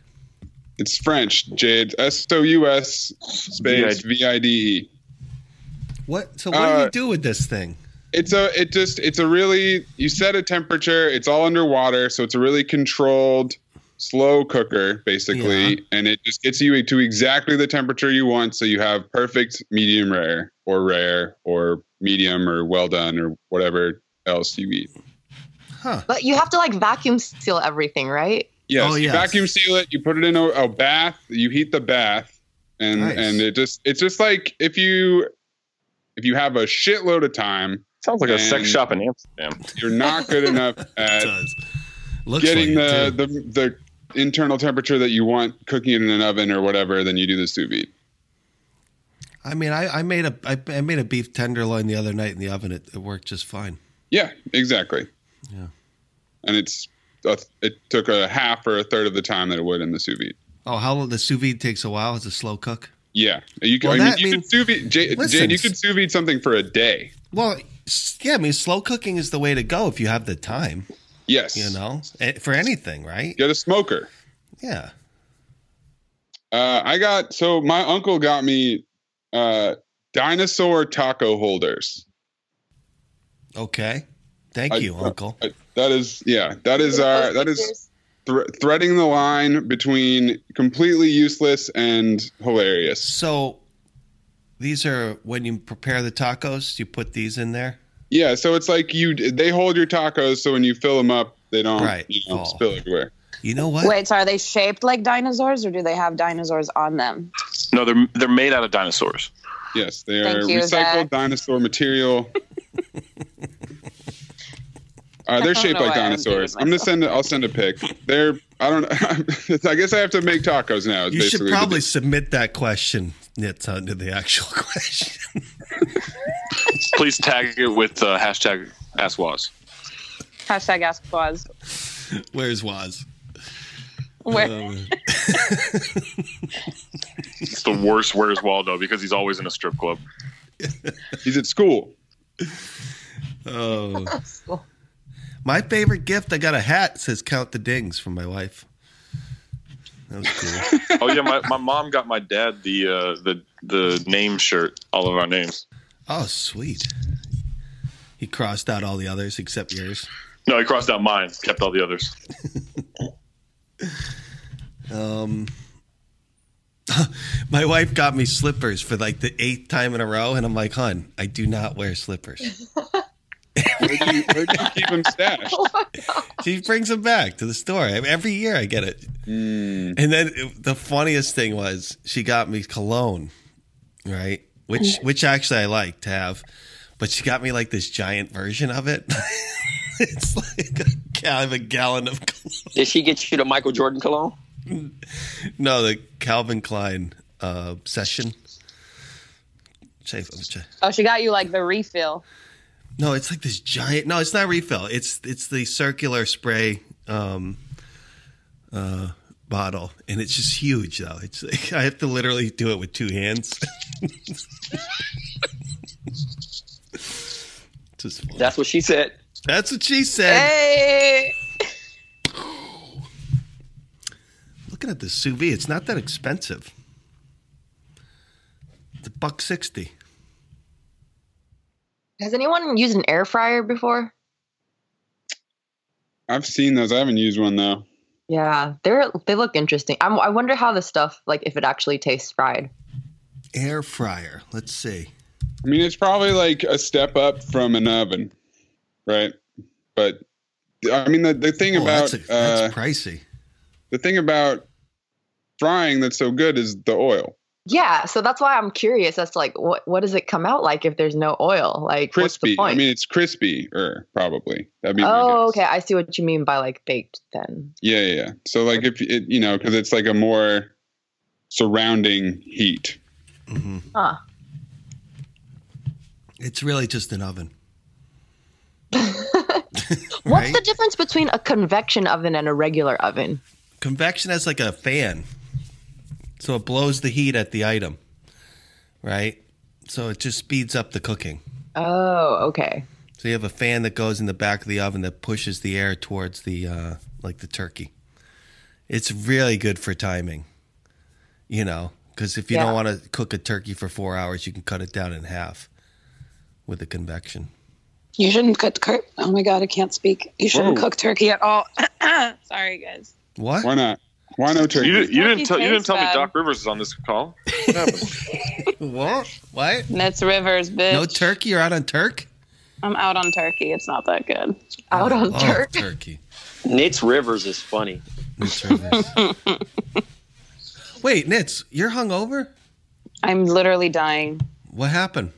It's French, Jade. S O U S space V I D E. What? So what do Uh, you do with this thing? It's a it just it's a really you set a temperature, it's all underwater, so it's a really controlled slow cooker basically and it just gets you to exactly the temperature you want so you have perfect medium rare or rare or medium or well done or whatever else you eat. Huh? But you have to like vacuum seal everything, right? Yes, Oh, you yes. vacuum seal it. You put it in a, a bath. You heat the bath, and Nice. and it just it's just like if you if you have a shitload of time, Sounds like a And- sex shop in Amsterdam. you're not *laughs* good enough It at does. Looks uh, getting like it, the, too. the the internal temperature that you want, cooking it in an oven or whatever. Then you do the sous vide. I mean, I, I made a I, I made a beef tenderloin the other night in the oven. It, it worked just fine. Yeah, exactly. Yeah. and it's a, it took a half or a third of the time that it would in the sous vide. Oh, how long the sous vide takes a while? It's a slow cook. Yeah, you can. Well, I mean, that you means- could sous vide. Jade, Listen, Jade, you s- could sous vide something for a day. Well, s- yeah, I mean, slow cooking is the way to go if you have the time, Yes, you know, Eh, for anything, right? Get a smoker. Yeah. Uh, I got so my uncle got me uh, dinosaur taco holders. Okay. Thank I- you, uh, Uncle. Uh, That is, yeah, that is our that is thre- threading the line between completely useless and hilarious. So these are when you prepare the tacos, you put these in there. Yeah, so it's like you they hold your tacos, so when you fill them up, they don't Right. you know, Oh. spill everywhere. You know what? Wait, so are they shaped like dinosaurs, or do they have dinosaurs on them? No, they're they're made out of dinosaurs. Yes, they Thank are you, recycled Zach. dinosaur material. Uh, I they're don't shaped know like why I'm dinosaurs. doing I'm gonna myself. send. A, I'll send a pic. They're. I don't. *laughs* I guess I have to make tacos now. is you should basically the probably submit that question, Nitz, under the actual *laughs* question. Please tag it with uh, hashtag AskWaz. Hashtag ask Quaz. Where's Waz? Where? Um, It's the worst Where's Waldo because he's always in a strip club. deal. He's at school. oh. My favorite gift, I got a hat that says Count the Dings from my wife. That was cool. Oh yeah, my, my mom got my dad the uh, the the name shirt, all of our names. oh, sweet. He crossed out all the others except yours. No, he crossed out mine, kept all the others. Um, my wife got me slippers for like the eighth time in a row, and I'm like, "Hun, I do not wear slippers." Where'd you, where'd you keep him *laughs* stashed? she brings them back to the store I- every year. I get it, Mm. and then it- the funniest thing was she got me cologne, right? Which which actually I like to have, but she got me like this giant version of it. *laughs* it's like a gal- a gallon of cologne. Did she get you the Michael Jordan cologne? no, the Calvin Klein uh, session. Which I- which I- Oh, she got you like the refill. No, it's like this giant. No, it's not refill. It's it's the circular spray um, uh, bottle, and it's just huge though. It's like, *laughs* I have to literally do it with two hands. *laughs* just fun. That's what she said. That's what she said. Hey. Looking at this sous vide, it's not that expensive. It's a buck sixty. Has anyone used an air fryer before? I've seen those. I haven't used one though. Yeah, they're they look interesting. I'm, I wonder how the stuff like if it actually tastes fried. Air fryer. Let's see. I mean, it's probably like a step up from an oven, right? But I mean, the, the thing Oh, about that's, a- uh, that's pricey. the thing about frying that's so good is the oil. Yeah, so that's why I'm curious. That's like what what does it come out like if there's no oil? Like what's the Crispy. I point? mean, it's crispy, or probably that'd be. my oh, guess. okay. I see what you mean by like baked then. Yeah, yeah, yeah. So like if it, you know, because it's like a more surrounding heat. hmm Huh. It's really just an oven. What's Right? the difference between a convection oven and a regular oven? Convection has like a fan, so it blows the heat at the item, right? So it just speeds up the cooking. Oh, okay. So you have a fan that goes in the back of the oven that pushes the air towards the uh, like the turkey. It's really good for timing, you know, because if you Yeah. don't want to cook a turkey for four hours, you can cut it down in half with the convection. You shouldn't cook. Cur- oh my god, I can't speak. You shouldn't Whoa. cook turkey at all. *clears throat* Sorry, guys. What? Why not? Why no turkey? You, didn't- you didn't Turkey tell you didn't tastes tell me bad. Doc Rivers is on this call. What? What? That's Rivers, bitch. No turkey? You're out on Turk? I'm out on turkey. It's not that good. Out on Oh, turkey. turkey. Nitz Rivers is funny. Nitz Rivers. *laughs* Wait, Nitz, you're hungover? I'm literally dying. What happened?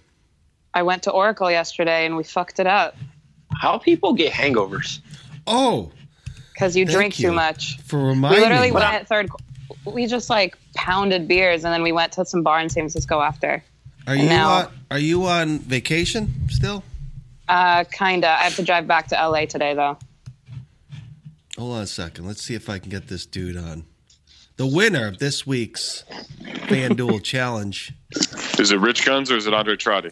I went to Oracle yesterday and we fucked it up How people get hangovers? Oh, because you Thank drink you. too much. for we reminding literally me. went at third. We just like pounded beers and then we went to some bar in San Francisco after. Are you now. on, are you on vacation still? Uh, kinda. I have to drive back to LA today though. Hold on a second. Let's see if I can get this dude on. The winner of this week's FanDuel challenge, Is it Rich Guns or is it Andre Trotti?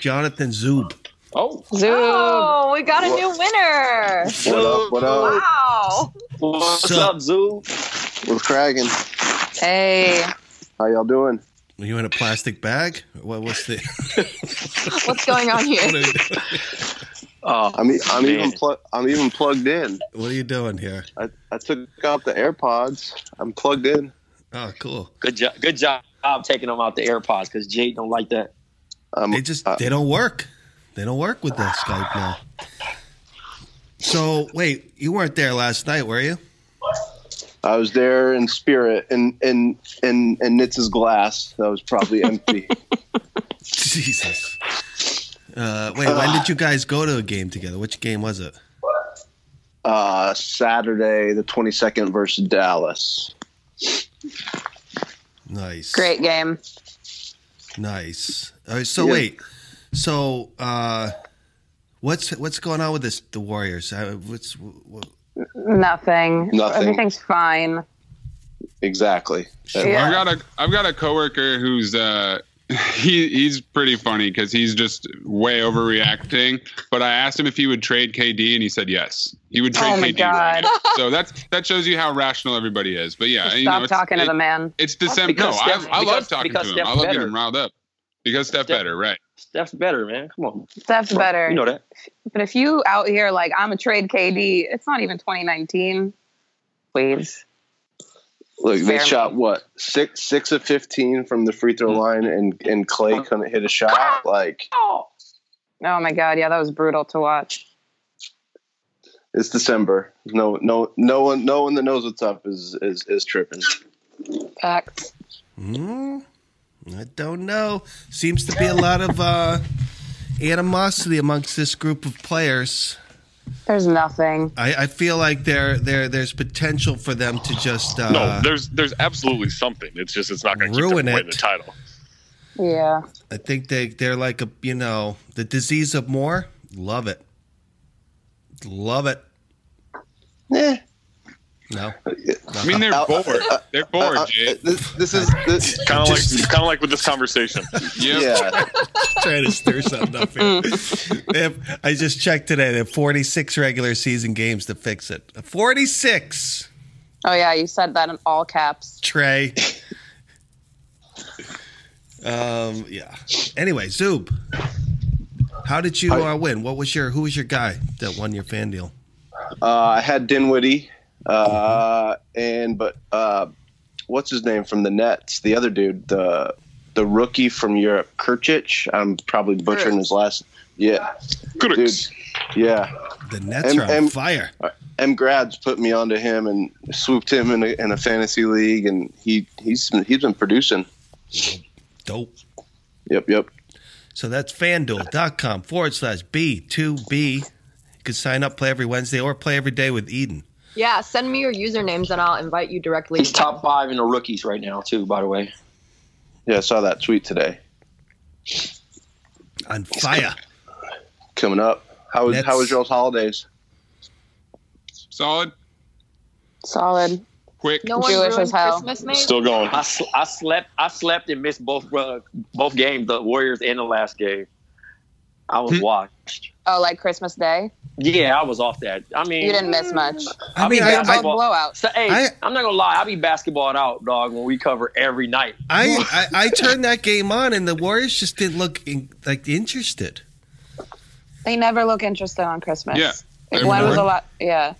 Jonathan Zub. Oh, Zoo. Oh, we got a new winner. What up? What up? Wow. what's Sup? up, Zoo? We're cragging. Hey, How y'all doing? Are you in a plastic bag? What was the? *laughs* What's going on what, here? are you, Oh, I'm e- I'm Man. even plu- I'm even plugged in. what are you doing here? I, I took out the AirPods. I'm plugged in. Oh, cool. good job. Good job taking them out the AirPods because Jade don't like that. I'm, They just uh, they don't work. They don't work with the Skype now. So wait, you weren't there last night, were you? *laughs* I was there in spirit and in in in Nitz's glass that was *laughs* probably empty. Jesus. Uh, wait, when did you guys go to a game together? Which game was it? *laughs* uh, Saturday the 22nd versus Dallas. Nice. great game. Nice. All right, so Yeah. wait. So uh what's what's going on with this the Warriors? Uh, what's what, Nothing. Nothing. Everything's fine. Exactly. Yeah. I've got a I've got a coworker who's uh *laughs* he he's pretty funny because he's just way overreacting. But I asked him if he would trade KD, and he said yes. He would trade Oh my KD. right God. now. so that's that shows you how rational everybody is. But yeah, Just you know, stop it's- talking it- to the man. It's December. No, because I, Steph- I love because- talking because to him. Steph's I love better. getting him riled up because Steph, Steph- better, right? Steph's better, man. Come on, That's better. You know that. But if you out here like I'm a trade KD, it's not even 2019. Please. Look, they Fair. shot what six six of 15 from the free Hmm. throw line, and and Clay couldn't hit a shot. Like Oh. Oh my god, yeah, that was brutal to watch. it's December. No, no, no one, no one that knows what's up is is is tripping. Facts. Hmm? I don't know. Seems to be a lot of uh animosity amongst this group of players. There's nothing. I, I feel like there there there's potential for them to just uh No, there's there's absolutely something. It's just it's not going to keep Ruin them it. winning the title. Yeah. I think they they're like a you know the disease of more. Love it, love it. Yeah, No. I mean, *laughs* they're bored. They're bored, Jay. Oh. This, this is this, kind of like kind of like with this *laughs* conversation. Yeah. Trying to stir something up here. They have- I just checked today. They have 46 regular season games to fix it. 46, Oh yeah, you said that in all caps. Trey. um, yeah. Anyway, Zoob, how did you uh, win? What was your who was your guy that won your fan deal? Uh, I had Dinwiddie, uh, and but uh, what's his name from the Nets? The other dude, the the rookie from Europe, Kurchich. I'm probably butchering his last. Yeah, dude. Yeah, the Nets are on fire. M Grads put me onto him and swooped him in a, in a fantasy league, and he he's he's been producing. Dope. Yep, yep. So that's fanduel.com forward slash B2B. You can sign up, play every Wednesday, or play every day with Eden. Yeah, send me your usernames and I'll invite you directly. He's top five in the rookies right now, too. By the way, Yeah, I saw that tweet today. On fire. Coming up. How was Nets. how was y'all's holidays? Solid. Solid. Quick. No one Jewish ruined as hell. Christmas, maybe? going. I, sl- I slept. I slept and missed both uh, both games, the Warriors and the last game. I Hmm? was watched. Oh, like Christmas Day. Yeah, I was off that. I mean, You didn't Mm. miss much. I mean, I- oh, blowout. So, hey, I, am not gonna lie. I be basketballed out, dog. When we cover every night. I, I, I turned that game on, and the Warriors just didn't look in, like interested. They never look interested on Christmas. Yeah. Like, They're when was a bored. lot? Yeah.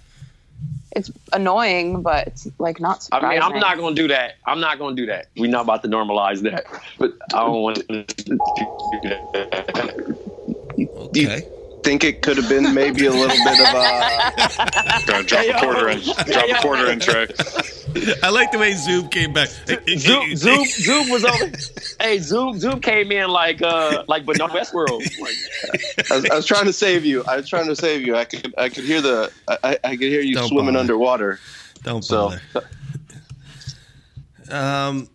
It's annoying, but it's like not I surprising. mean, I'm not gonna do that. I'm not gonna do that. We're not about to normalize that. But I don't want to do that. Do you think it could have been maybe a little bit of a Gotta drop a quarter in. Drop a quarter in, Trey. I like the way Zoom came back. *laughs* *laughs* Zoom, Zoom, Zoom was over. Hey, Zoom, Zoom came in like, uh, like, but no Westworld. Like, I was, I was trying to save you. I was trying to save you. I could I could hear the I, I- I could hear you Don't swimming bother. underwater. Don't so, Um.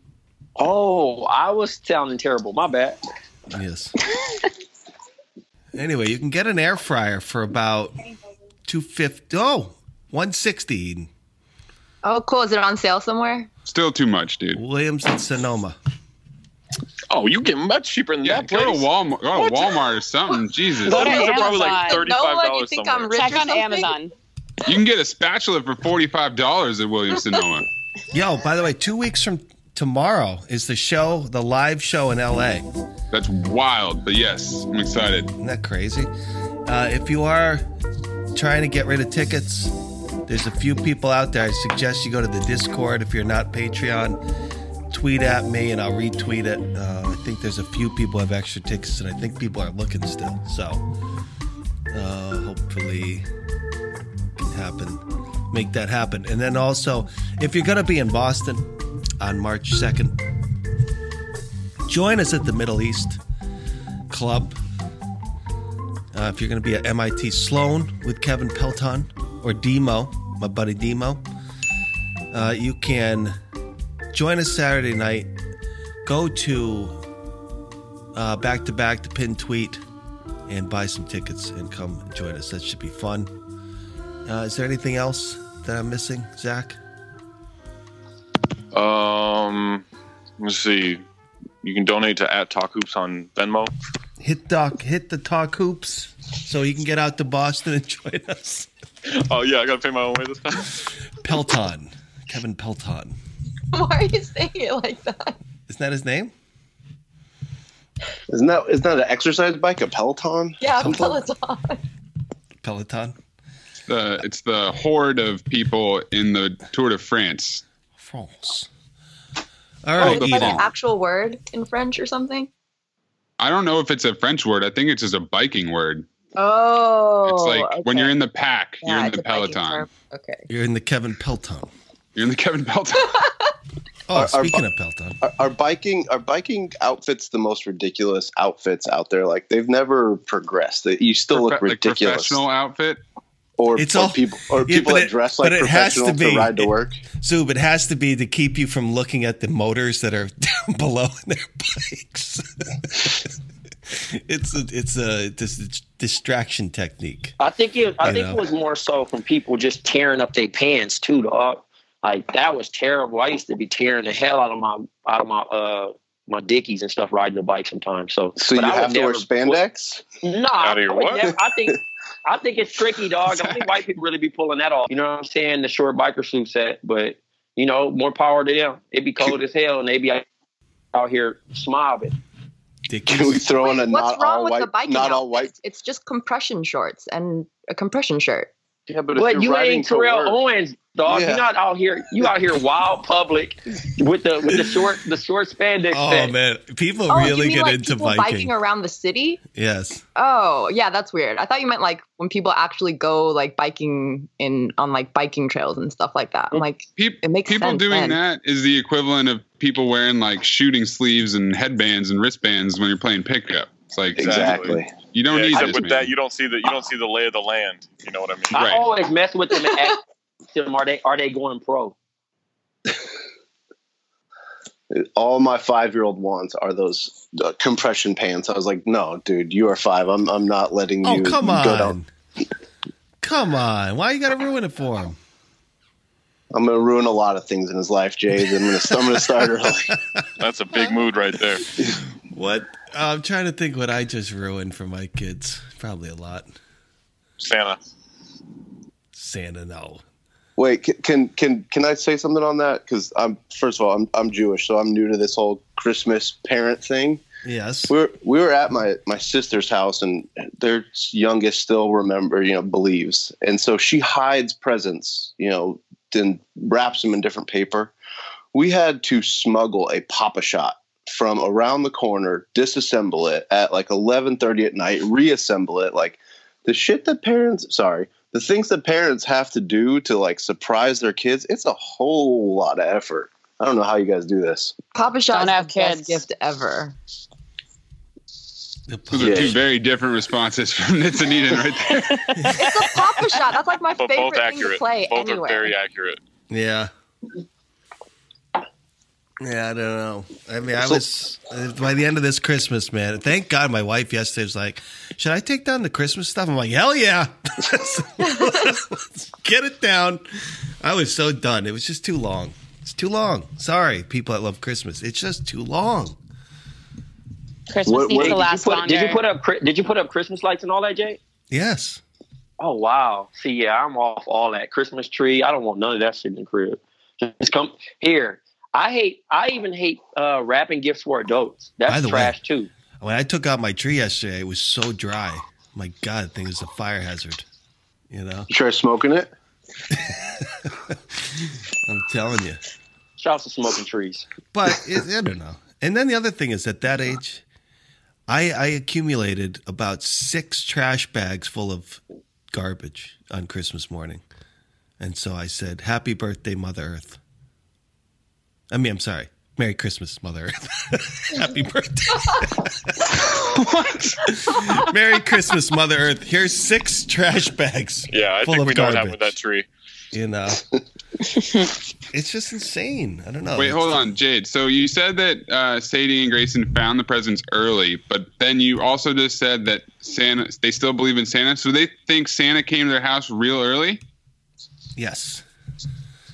Oh, I was sounding terrible. My bad. Yes. anyway, you can get an air fryer for about 250 oh, 160 Eden. Oh, cool. Is it on sale somewhere? Still too much, dude. Williams and Sonoma. Oh, you get much cheaper than that. Go Place. to Walmart. Go What? to Walmart or something. Jesus. Go to Those are probably like Amazon. No $35 one, you think somewhere. I'm rich Check or on something? Amazon. You can get a spatula for forty five dollars at Williams Sonoma. Yo, by the way, two weeks from tomorrow is the show, the live show in LA. That's wild, but yes, I'm excited. Isn't that crazy? Uh, if you are trying to get rid of tickets, there's a few people out there. I suggest you go to the Discord if you're not Patreon. Tweet at me and I'll retweet it. Uh, I think there's a few people have extra tickets, and I think people are looking still. So uh, hopefully, can happen. Make that happen. And then also, if you're going to be in Boston on March 2nd, join us at the Middle East Club. Uh, if you're going to be at MIT Sloan with Kevin Pelton or Demo, my buddy Demo, uh, you can join us Saturday night. Go to uh, back to back to pin tweet and buy some tickets and come join us. That should be fun. Uh, is there anything else that I'm missing, Zach? Um, let's see. You can donate to at Talk Hoops on Venmo. Hit doc, hit the talk hoops so you can get out to Boston and *laughs* join us. Oh yeah, I gotta pay my own way this time. Pelton, Kevin Pelton, *laughs* Why are you saying it like that? isn't that his name? isn't that isn't that an exercise bike, a Peloton? Yeah, Peloton. *laughs* Peloton. The it's the horde of people in the Tour de France. France. All right, oh, is that Eden. an actual word in French or something? I don't know if it's a French word. I think it's just a biking word. Oh, It's like when you're in the pack, Yeah, you're in it's the a biking peloton. Okay. You're in the Kevin Pelton. You're in the Kevin Pelton. Oh, speaking of Pelton, Are, are biking are biking outfits the most ridiculous outfits out there? Like they've never progressed. They, you still look Profe- like ridiculous. professional outfit. or, It's or all- people or yeah, people but that it- dress but like it has to professionals to, be. ride to It- work. Zoob, it has to be to keep you *laughs* from looking at the motors that are down below in their bikes. *laughs* it's a, it's a this distraction technique. I think it. I You think know. it was more so from people just tearing up their pants too, dog. Like that was terrible. I used to be tearing the hell out of my out of my uh my dickies and stuff riding the bike sometimes. So So but you I would have to wear never- spandex? No, Out of your I, would what? never- I think I think it's *laughs* tricky, dog. I think white people really be pulling that off. You know what I'm saying? The short biker suit set, but you know, more power to them. It'd be cold as hell, and they be out, out here smiling. *laughs* Can we throw in a What's not wrong all with the white? biking Not outfits? all white. It's just compression shorts and a compression shirt. Yeah, But, you ain't Terrell Owens, dog. Yeah. You're not out here. You out here wild public with the with the short the short spandex. Oh set. man, people oh, you really mean get like into people biking. biking. around the city? Yes. Oh, yeah, that's weird. I thought you meant like when people actually go like biking in on like biking trails and stuff like that. I'm like, it makes people sense doing then. that is the equivalent of people wearing like shooting sleeves and headbands and wristbands when you're playing pickup. It's like Exactly. You don't Yeah, need except this, with man. that, you don't see the you don't see the lay of the land. You know what I mean? I always mess with them and ask them, are they are they going pro? All my five-year-old wants are those uh, compression pants. I was like, no, dude, you are five. I'm I'm not letting Oh, you come go on. down. Come on. Why you got to ruin it for him? I'm gonna ruin a lot of things in his life, Jay. I'm gonna I'm gonna start *laughs* early. That's a big mood right there. What? I'm trying to think what I just ruined for my kids. Probably a lot. Santa. Santa, no. Wait, c- can can can I say something on that? Because I'm first of all, I'm I'm Jewish, so I'm new to this whole Christmas parent thing. Yes. We were, we were at my, my sister's house, and their youngest still remember, you know, believes, and so she hides presents, you know, then wraps them in different paper. We had to smuggle a Papa Shot from around the corner, disassemble it at like 11:30 at night, reassemble it. Like the shit that parents, sorry, the things that parents have to do to like surprise their kids, it's a whole lot of effort. I don't know how you guys do this. Papa Shot Don't is the have best kids. gift ever. Those are two very different responses *laughs* from Nitz and Eden right *laughs* there. It's a Papa Shot. That's *laughs* like my But favorite both thing to accurate. play Both anywhere. are very accurate. Yeah. Yeah, I don't know. I mean, I So- was uh, by the end of this Christmas, man. Thank God, my wife yesterday was like, "Should I take down the Christmas stuff?" I'm like, "Hell yeah, *laughs* Let's get it down." I was so done. It was just too long. It's too long. Sorry, people that love Christmas. It's just too long. Christmas What- needs what- Did to you last put- did you longer. put up Chri- did you put up Christmas lights and all that, Jay? Yes. Oh wow. See, yeah, I'm off all that Christmas tree. I don't want none of that shit in the crib. Just come here. I hate. I even hate uh, wrapping gifts for adults. By That's the way- trash too. When I took out my tree yesterday, it was so dry. My God, the thing is a fire hazard. You know, You try smoking it? I'm telling you. Shouts to smoking trees. But it, I don't know. And then the other thing is at that age, I, I accumulated about six trash bags full of garbage on Christmas morning. And so I said, Happy birthday, Mother Earth. I mean, I'm sorry. Merry Christmas, Mother Earth. *laughs* Happy birthday. what? *laughs* Merry Christmas, Mother Earth. Here's six trash bags. *laughs* Yeah, I full think of we know what happened garbage. with that tree. You know, it's just insane. I don't know. Wait, hold on, Jade. So you said that uh, Sadie and Grayson found the presents early, but then you also just said that Santa. They still believe in Santa, so they think Santa came to their house real early. Yes.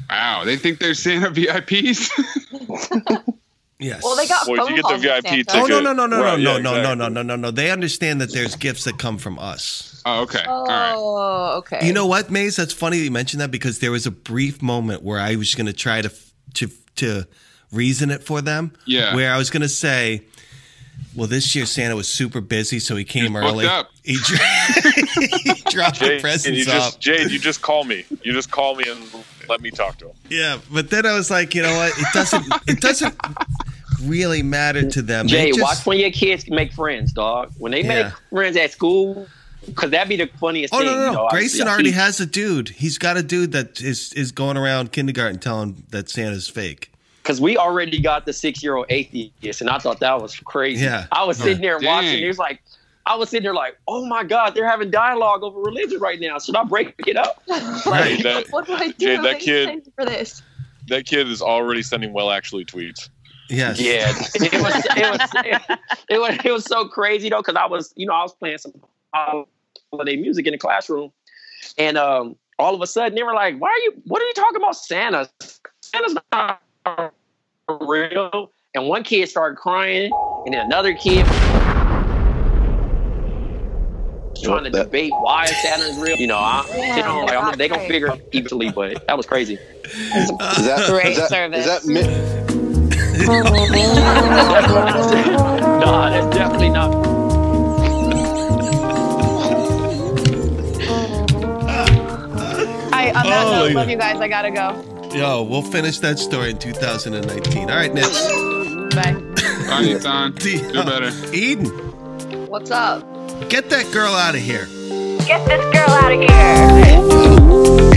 Wow, they think they're Santa VIPs. Yes. Well, they got Well, you phone get the calls with VIP Santa. Oh no no no no Right, no yeah, no no no no no no! They understand that there's gifts that come from us. *laughs* Oh okay. Oh, okay. You know what, Maze? That's funny that you mentioned that because there was a brief moment where I was going to try to to to reason it for them. Yeah. Where I was going to say, "Well, this year Santa was super busy, so he came was booked early. up. He, dr- *laughs* he dropped the presents you off." just, Jade, you just call me. You just call me and let me talk to him. Yeah, but then I was like, you know what? It doesn't. It doesn't really matter to them. They Jay, just- watch when your kids make friends, dog. When they Yeah. make friends at school, because that'd be the funniest Oh thing. no, no, you know, no! I- *laughs* Grayson I already see- has a dude. He's got a dude that is is going around kindergarten telling that Santa's fake. because we already got the six year old atheist, and I thought that was crazy. Yeah. I was Yeah. sitting there and watching. Dang. It was like, I was sitting there like, oh my god, they're having dialogue over religion right now. Should I break it up? Right. That, what do I do? Jade, that What do you kid- think for this? that kid is already sending well actually tweets. Yes. Yeah, *laughs* it was it was it, was it was so crazy though because I was you know I was playing some holiday music in the classroom, and um, all of a sudden they were like, "Why are you? What are you talking about Santa? Santa's not real." And one kid started crying, and then another kid was trying to debate why Santa's real. You know, I, you know like, I'm, they gonna figure it out eventually, but that was crazy. Is that Great is that, service. Is that mi- nah, that's definitely not. I, on that Oh, note, love yeah. you guys. I gotta go. *laughs* Yo, we'll finish that story in 2019. All right, Nitz. *laughs* Bye. Bye, Ethan. *laughs* Do better. Eden, What's up? get that girl out of here. Get this girl out of here.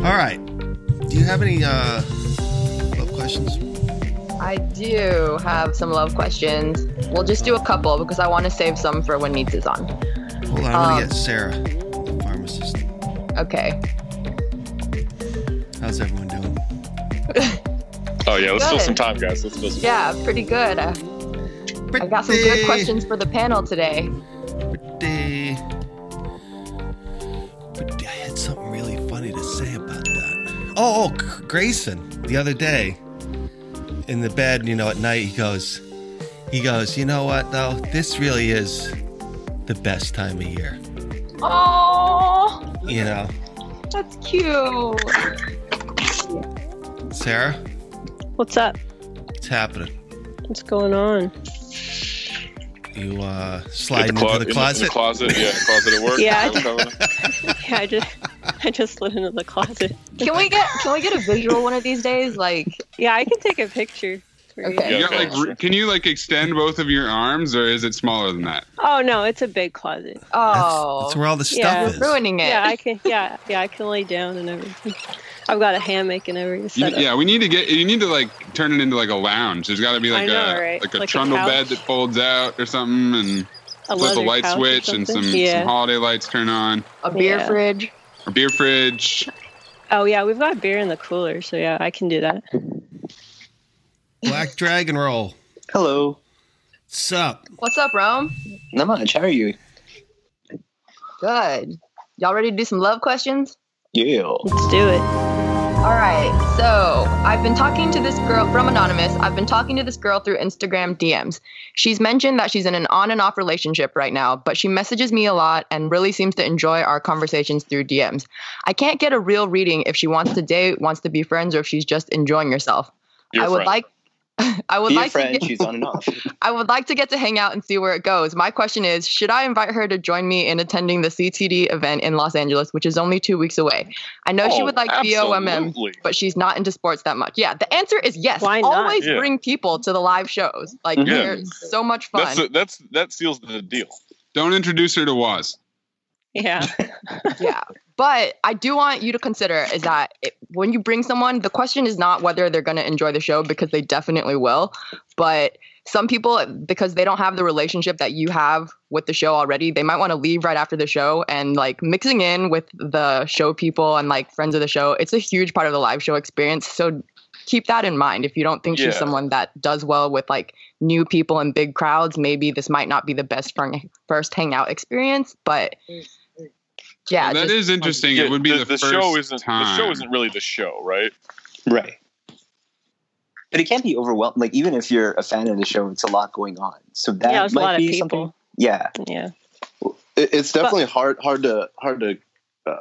All right. Do you have any uh, love questions? I do have some love questions. We'll just do a couple because I want to save some for when Needs is on. Hold on, I'm gonna Um, get Sarah, the pharmacist. Okay. How's everyone doing? Oh yeah, let's fill Good. some time, guys. Let's fill some. Yeah, pretty good. Uh, I got some good Pretty- questions for the panel today. Pretty. Pretty. eh, I had something really funny to say about that. Oh, oh G- Grayson, the other day, in the bed, you know, at night, he goes, he goes, you know what though? This really is the best time of year. Oh, You know, that's cute. Sarah, What's up? it's happening. What's going on? You uh, Get sliding clo- into the in in closet. the closet. Yeah, closet at *laughs* work. Yeah. Is that what I'm calling it? Yeah, I just I just slid into the closet. Can we get can we get a visual one of these days? Like, yeah, I can take a picture. For You You. got, like, re- can you like extend both of your arms, or is it smaller than that? Oh no, it's a big closet. Oh, That's where all the stuff yeah. is. We're ruining it. Yeah, I can. Yeah, yeah, I can lay down and everything. I've got a hammock and everything. You, Set up. yeah, we need to get. You need to like turn it into like a lounge. There's got to be I like know, a right? like a Like a trundle couch. bed that folds out or something, and A flip a leather light couch or switch and some, something. Yeah. some holiday lights turn on. A beer Yeah. fridge. A beer fridge. Oh yeah, we've got beer in the cooler, so yeah, I can do that. Black Dragon Roll. Hello. Sup? What's up, Rome? Not much. How are you? Good. Y'all ready to do some love questions? Yeah. Let's do it. All right. So I've been talking to this girl from Anonymous. I've been talking to this girl through Instagram DMs. She's mentioned that she's in an on and off relationship right now, but she messages me a lot and really seems to enjoy our conversations through DMs. I can't get a real reading if she wants to date, wants to be friends, or if she's just enjoying herself. Be a I would friend. like. *laughs* I would Be like a friend. to get, She's on and off. I would like to get to hang out and see where it goes. My question is, should I invite her to join me in attending the CTD event in Los Angeles, which is only two weeks away? I know she Oh, would like absolutely. BOMM, but she's not into sports that much. Yeah, the answer is yes. Why not? Always Yeah. bring people to the live shows. Like Yeah. they're so much fun. That's a, that's that seals the deal. Don't introduce her to Waz. Yeah. yeah. But I do want you to consider is that it, when you bring someone, the question is not whether they're going to enjoy the show because they definitely will. But some people, because they don't have the relationship that you have with the show already, they might want to leave right after the show. And like mixing in with the show people and like friends of the show, it's a huge part of the live show experience. So keep that in mind. If you don't think she's Yeah. someone that does well with like new people and big crowds, maybe this might not be the best fir- first hangout experience. But yeah, that just- is interesting. it would be the, first show isn't the time. show isn't really the show, right? Right. But it can be overwhelming. Like even if you're a fan of the show, it's a lot going on. So that Yeah, there's a might lot of be people. something. Yeah. Yeah. It, it's definitely hard, hard to, hard to, uh,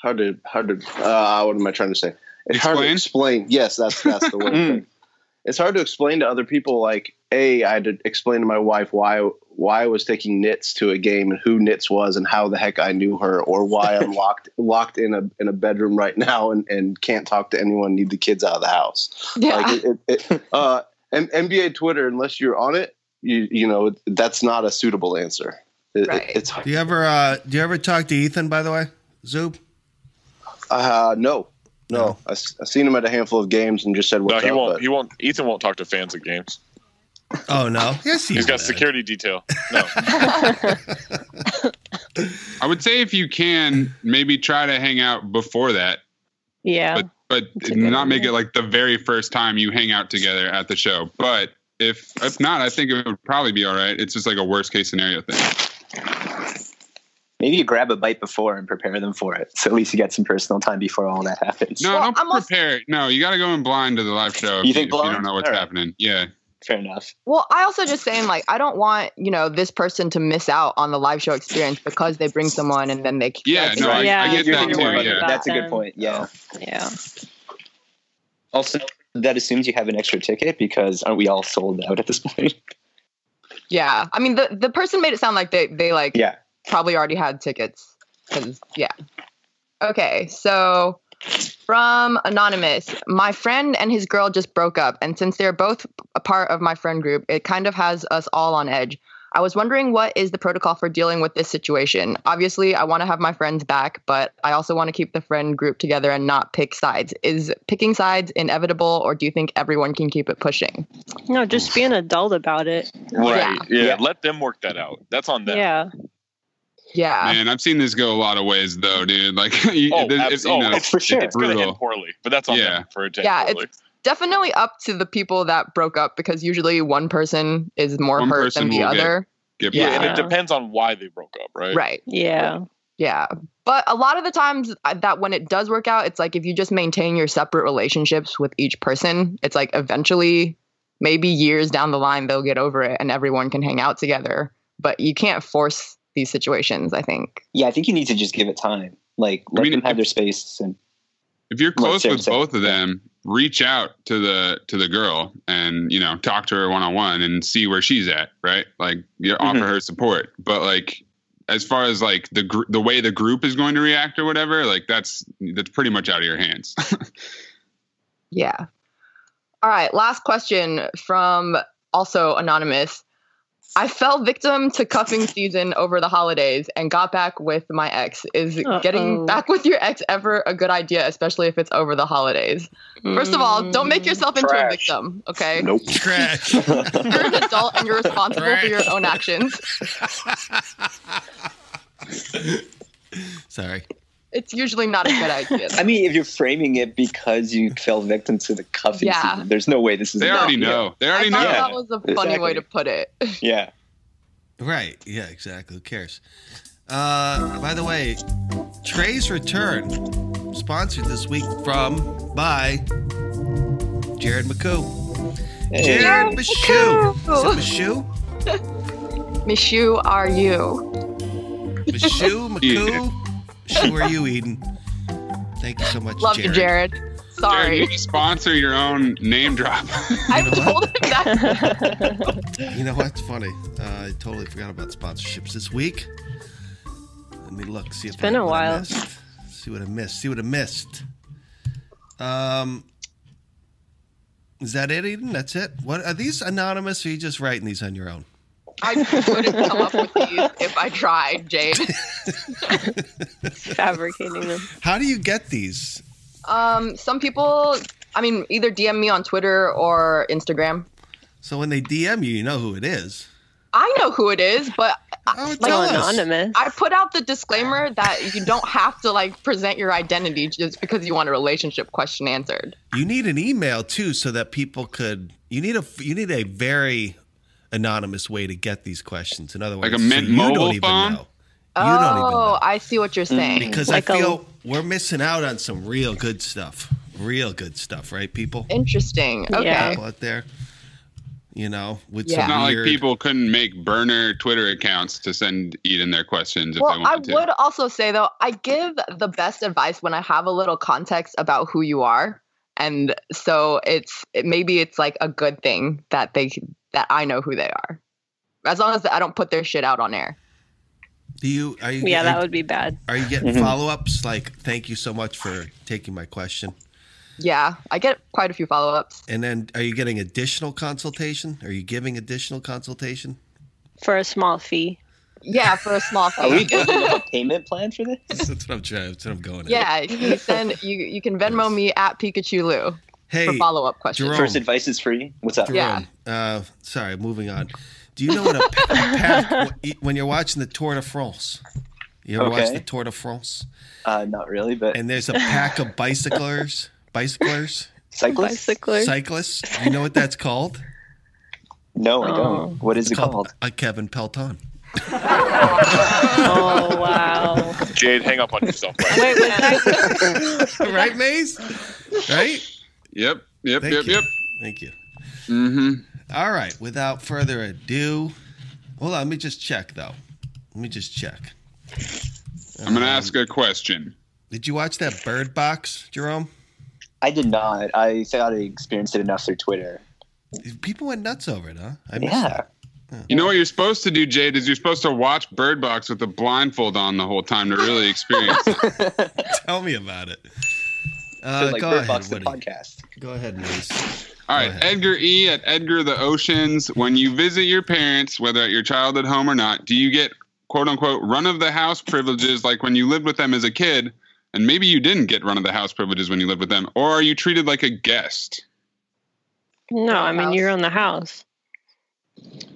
hard to, hard to. Uh, what am I trying *laughs* to Hmm. say? It's hard to explain. Yes, that's that's the word. it's hard to explain to other people like a I had to explain to my wife why why I was taking Nitz to a game and who Nitz was and how the heck I knew her or why *laughs* I'm locked locked in a in a bedroom right now and, and can't talk to anyone need the kids out of the house. Yeah. Like it, it, it, uh, and NBA Twitter unless you're on it, you you know that's not a suitable answer. It- it- it's Do you ever uh, do you ever talk to Ethan? By the way, Zoop. uh, no. No, I, have seen him at a handful of games and just said, No, "What's he up?" won't. but- He won't. Ethan won't talk to fans at games. Oh no. Yes, he's got security *laughs* detail. I would say if you can, maybe try to hang out before that, Yeah. but but not make it like the very first time you hang out together at the show. But if if not, I think it would probably be all right. It's just like a worst case scenario thing. Maybe you grab a bite before and prepare them for it. *laughs* So at least you get some personal time before all that *laughs* happens. No, don't prepare. no, you got to go in blind to the live show. You if think if you blind? don't know what's All right. happening? Yeah. Fair enough. Well, I also just saying like I don't want you know this person to miss out on the live show experience because they bring someone and then they Yeah, no, I, I get that too. Yeah. That's a good point. Yeah. Yeah. Also, that assumes you have an extra ticket because aren't we all sold out at this *laughs* point? yeah. I mean the the person made it sound like they they like Yeah. probably already had tickets 'Cause, yeah. Okay, so from anonymous, my friend and his girl just broke up, and since they're both a part of my friend group, it kind of has us all on edge. I was wondering what is the protocol for dealing with this situation. Obviously, I want to have my friends back, but I also want to keep the friend group together and not pick sides. Is picking sides inevitable, or do you think everyone can keep it pushing? No, just be an adult about it. Right. Yeah. Yeah. Let them work that out. That's on them. Yeah. Yeah. Man, I've seen this go a lot of ways though, dude. Like, *laughs* you, Oh, it's- abs- you oh, know, it's for sure. It's gonna end brutal. poorly, but that's on Yeah. them for it to end yeah, poorly. it's definitely up to the people that broke up because usually one person is more One hurt than person the will get- other. yeah, yeah. and it depends on why they broke up, right? Right. Yeah. But a lot of the times uh, that when it does work out, it's like if you just maintain your separate relationships with each person, it's like eventually, maybe years down the line, they'll get over it and everyone can hang out together. But you can't force these situations, I think. Yeah, I think you need to just give it time. Like let them have their space and if you're Well, close same, with same. both of them reach out to the to the girl and you know talk to her one-on-one and see where she's at right like you offer Mm-hmm. her support but like as far as like the gr- the way the group is going to react or whatever like that's that's pretty much out of your *laughs* hands Yeah. All right. Last question from also anonymous. I fell victim to cuffing season over the holidays and got back with my ex. Is Uh-oh. getting back with your ex ever a good idea, especially if it's over the holidays? First of all, don't make yourself into a Trash. victim, okay? Nope. *laughs* Trash. You're an adult and you're responsible for your own actions. Sorry. It's usually not a good idea. I mean, if you're framing it because you fell victim to the cuffing Yeah. season, there's no way this is. They already Yeah. know. They already I thought know. that was a funny way to put it. *laughs* Yeah. Right. Yeah, exactly. Who cares? Uh, by the way, Trey's Return, sponsored this week from by Jared McCoo. Hey. Jared Jared Michu. McCoo. Is it Michu? Michu, are you? Michu, McCoo? Shu, are you, Eden? Thank you so much, Love Jared. you, Jared. Sorry. Jared, you need to sponsor your own name drop *laughs* *laughs* I told him that. You know what's funny? Uh, I totally forgot about sponsorships this week. Let me look. See if It's been I, a what I while. missed. See what I missed. See what I missed. Um, is that it, Eden? That's it. What are these anonymous? Or are you just writing these on your own? I wouldn't come up with these if I tried, Jade. Fabricating them. How do you get these? Um, some people, I mean, either DM me on Twitter or Instagram. So when they DM you, you know who it is. I know who it is, but uh, oh, tell us. Anonymous. I put out the disclaimer that you don't have to like present your identity just because you want a relationship question answered. You need an email too, so that people could. You need a. You need a very anonymous way to get these questions. In other words, like a so mint you don't mobile even phone know. You don't even oh, I see what you're saying. because I feel we're missing out on some real good stuff. Real good stuff, right, people? interesting. Okay. People out there, you know, with Yeah. some it's not weird- like people couldn't make burner twitter accounts to send eden their questions if they Well, I wanted to would also say though, I give the best advice when I have a little context about who you are, and so it's it, maybe it's like a good thing that they that I know who they are. As long as I don't put their shit out on air. Do you? Are you? Mm-hmm. Yeah, are- that would be bad. Are you getting Mhm. follow ups? Like, thank you so much for taking my question. Yeah, I get quite a few follow ups. And then, are you getting additional consultation? Are you giving additional consultation? for a small fee. Yeah, for *laughs* a small fee. a payment plan for this? That's what I'm trying. That's what I'm going. at. yeah, you send you you can Venmo me at Pikachu Lou for Hey, follow up questions. Jerome. First advice is free. What's up? Jerome, Uh, sorry, moving on. Do you know what a *laughs* path, when you're watching the Tour de France? You ever watch Okay. the Tour de France? Uh, not really, but and there's a pack of bicyclers, bicyclers, Cyclists? Bicyclers. cyclists. Do You know what that's called? No, I don't. What is it *laughs* called? A Kevin *laughs* Pelton. oh wow! Jade, hang up on yourself. *laughs* Wait, was that right, Maze? Right? Yep. Yep. Thank yep. you. Yep. Thank you. Mm-hmm. All right. Without further ado, hold on. Let me just check though. Let me just check. I'm Uh, gonna ask a question. Did you watch that Bird Box, Jerome? I did not. I thought I experienced it enough through Twitter. People went nuts over it, huh? I missed yeah. You know what you're supposed to do, Jade, is you're supposed to watch Bird Box with a blindfold on the whole time to really experience it. *laughs* Tell me about it. So, like, Bird Box, the Uh, Woody. Go ahead, Mace. All right, Edgar E. at Edgar the Oceans. When you visit your parents, whether at your child at home or not, do you get quote unquote run of the house privileges like when you lived with them as a kid? And maybe you didn't get run of the house privileges when you lived with them, or are you treated like a guest? No, I mean you're on the house.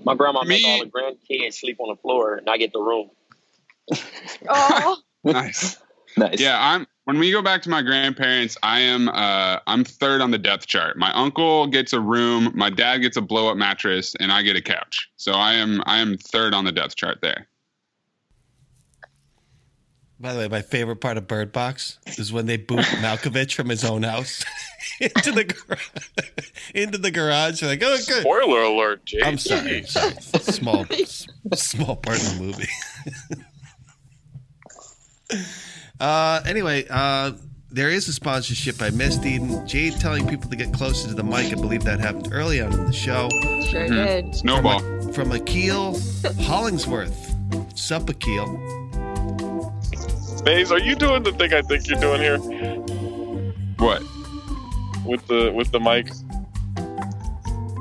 My grandma make all the grandkids sleep on the floor, and I get the room. Oh. nice. Nice. Yeah, I'm when we go back to my grandparents, I am uh I'm third on the death chart. My uncle gets a room, my dad gets a blow up mattress, and I get a couch. So I am I am third on the death chart there. By the way, my favorite part of Bird Box is when they boot *laughs* Malkovich from his own house *laughs* into the gar- *laughs* into the garage. They're like, oh, good. Spoiler alert, Jade. I'm sorry. I'm sorry. *laughs* Small, s- small part of the movie. *laughs* uh, anyway, uh, there is a sponsorship I missed. Eden Jade telling people to get closer to the mic. I believe that happened early on in the show. Sure Mm-hmm. Mhm. did. Snowball. From, from Akil Hollingsworth. Sup, Akil. Maze, are you doing the thing I think you're doing here What? with the with the mic?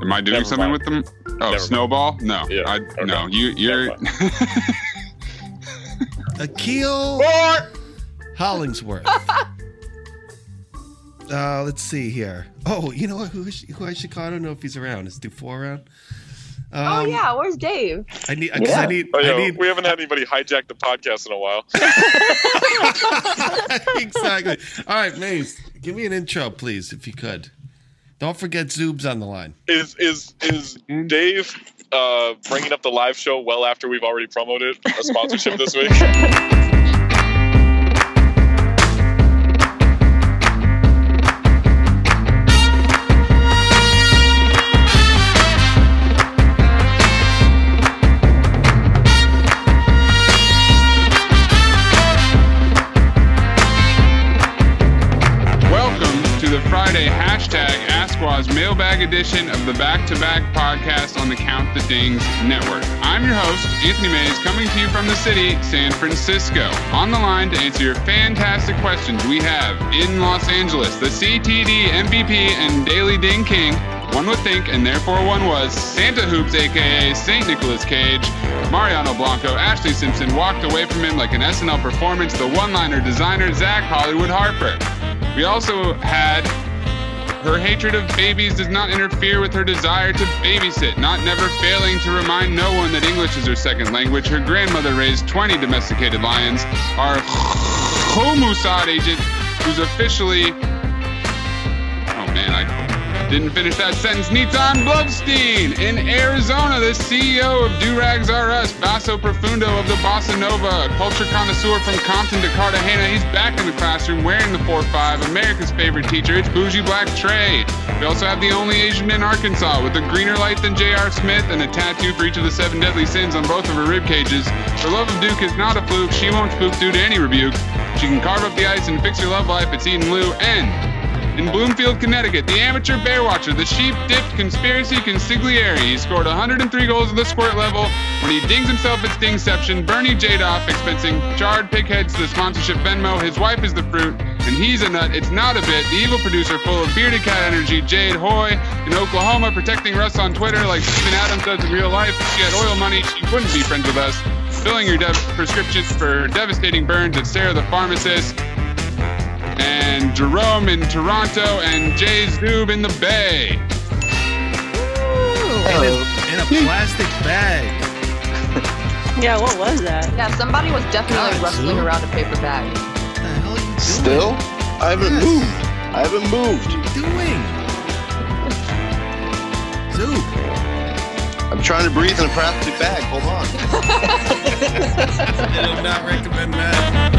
Am I doing Never something mind. with them? Oh, Never snowball? No. I no, you you're Akil *laughs* Hollingsworth. uh, let's see here. Oh, you know what? Who, is- who I should call? I don't know if he's around. Is Dufour around? oh Um, yeah, where's Dave? I need. 'cause I need. Oh, I yeah, need. we haven't had anybody hijack the podcast in a while. *laughs* exactly. All right, Maze, give me an intro, please, if you could. Don't forget Zoob's on the line. Is is is Dave uh, bringing up the live show well after we've already promoted a sponsorship this week? Welcome to the Friday hashtag AskWaz mailbag edition of the back to back podcast on the Count the Dings network. I'm your host, Anthony Mays, coming to you from the city, San Francisco. On the line to answer your fantastic questions, we have in Los Angeles the CTD MVP and Daily Ding King. One would think, and therefore one was, Santa Hoops, aka St. Nicholas Cage. Mariano Blanco, Ashley Simpson walked away from him like an SNL performance, the one liner designer, Zach Hollywood Harper. We also had her hatred of babies does not interfere with her desire to babysit, not never failing to remind no one that English is her second language. Her grandmother raised 20 domesticated lions. Our Homusad agent, who's officially. Oh man, I didn't finish that sentence. Nitzan Blubstein in Arizona, the CEO of Do Rags R Us, Basso Profundo of the Bossa Nova, a culture connoisseur from Compton to Cartagena. He's back in the classroom wearing the 4-5, America's favorite teacher. It's Bougie Black Trey. We also have the only Asian in Arkansas with a greener light than J.R. Smith and a tattoo for each of the seven deadly sins on both of her rib cages. Her love of Duke is not a fluke. She won't spook due to any rebuke. She can carve up the ice and fix your love life. It's Eden Lou and In Bloomfield, Connecticut, the amateur bear watcher, the sheep dipped conspiracy consigliere. He scored 103 goals at the squirt level when he dings himself at Stingception. Bernie Jadoff expensing charred pig heads to the sponsorship Venmo. His wife is the fruit, and he's a nut. It's not a bit. The evil producer, full of bearded cat energy, Jade Hoy in Oklahoma, protecting Russ on Twitter like Steven Adams does in real life. If she had oil money, she wouldn't be friends with us. Filling your dev- prescriptions for devastating burns at Sarah the pharmacist and Jerome in Toronto and Jay Zoob in the Bay. In a, in a plastic bag. Yeah, what was that? Yeah, somebody was definitely rustling around a paper bag. Still? I haven't moved. I haven't moved. What are you doing? I'm trying to breathe in a plastic bag. Hold *laughs* on. I do not recommend that.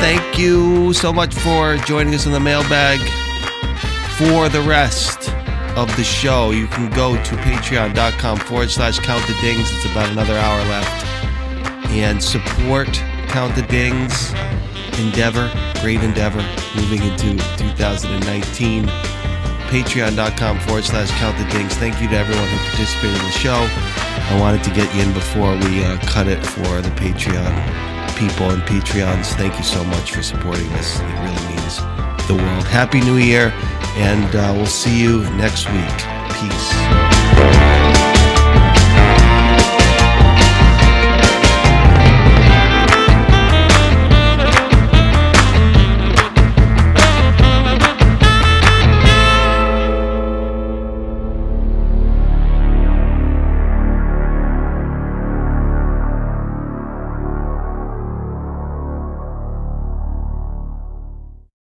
Thank you so much for joining us in the mailbag. For the rest of the show, you can go to patreon.com forward slash count the dings. It's about another hour left. And support Count the Dings endeavor, great endeavor, moving into 2019. Patreon.com forward slash count the dings. Thank you to everyone who participated in the show. I wanted to get you in before we uh, cut it for the Patreon people and Patreons. Thank you so much for supporting us. It really means the world. Happy New Year, and uh, we'll see you next week. Peace.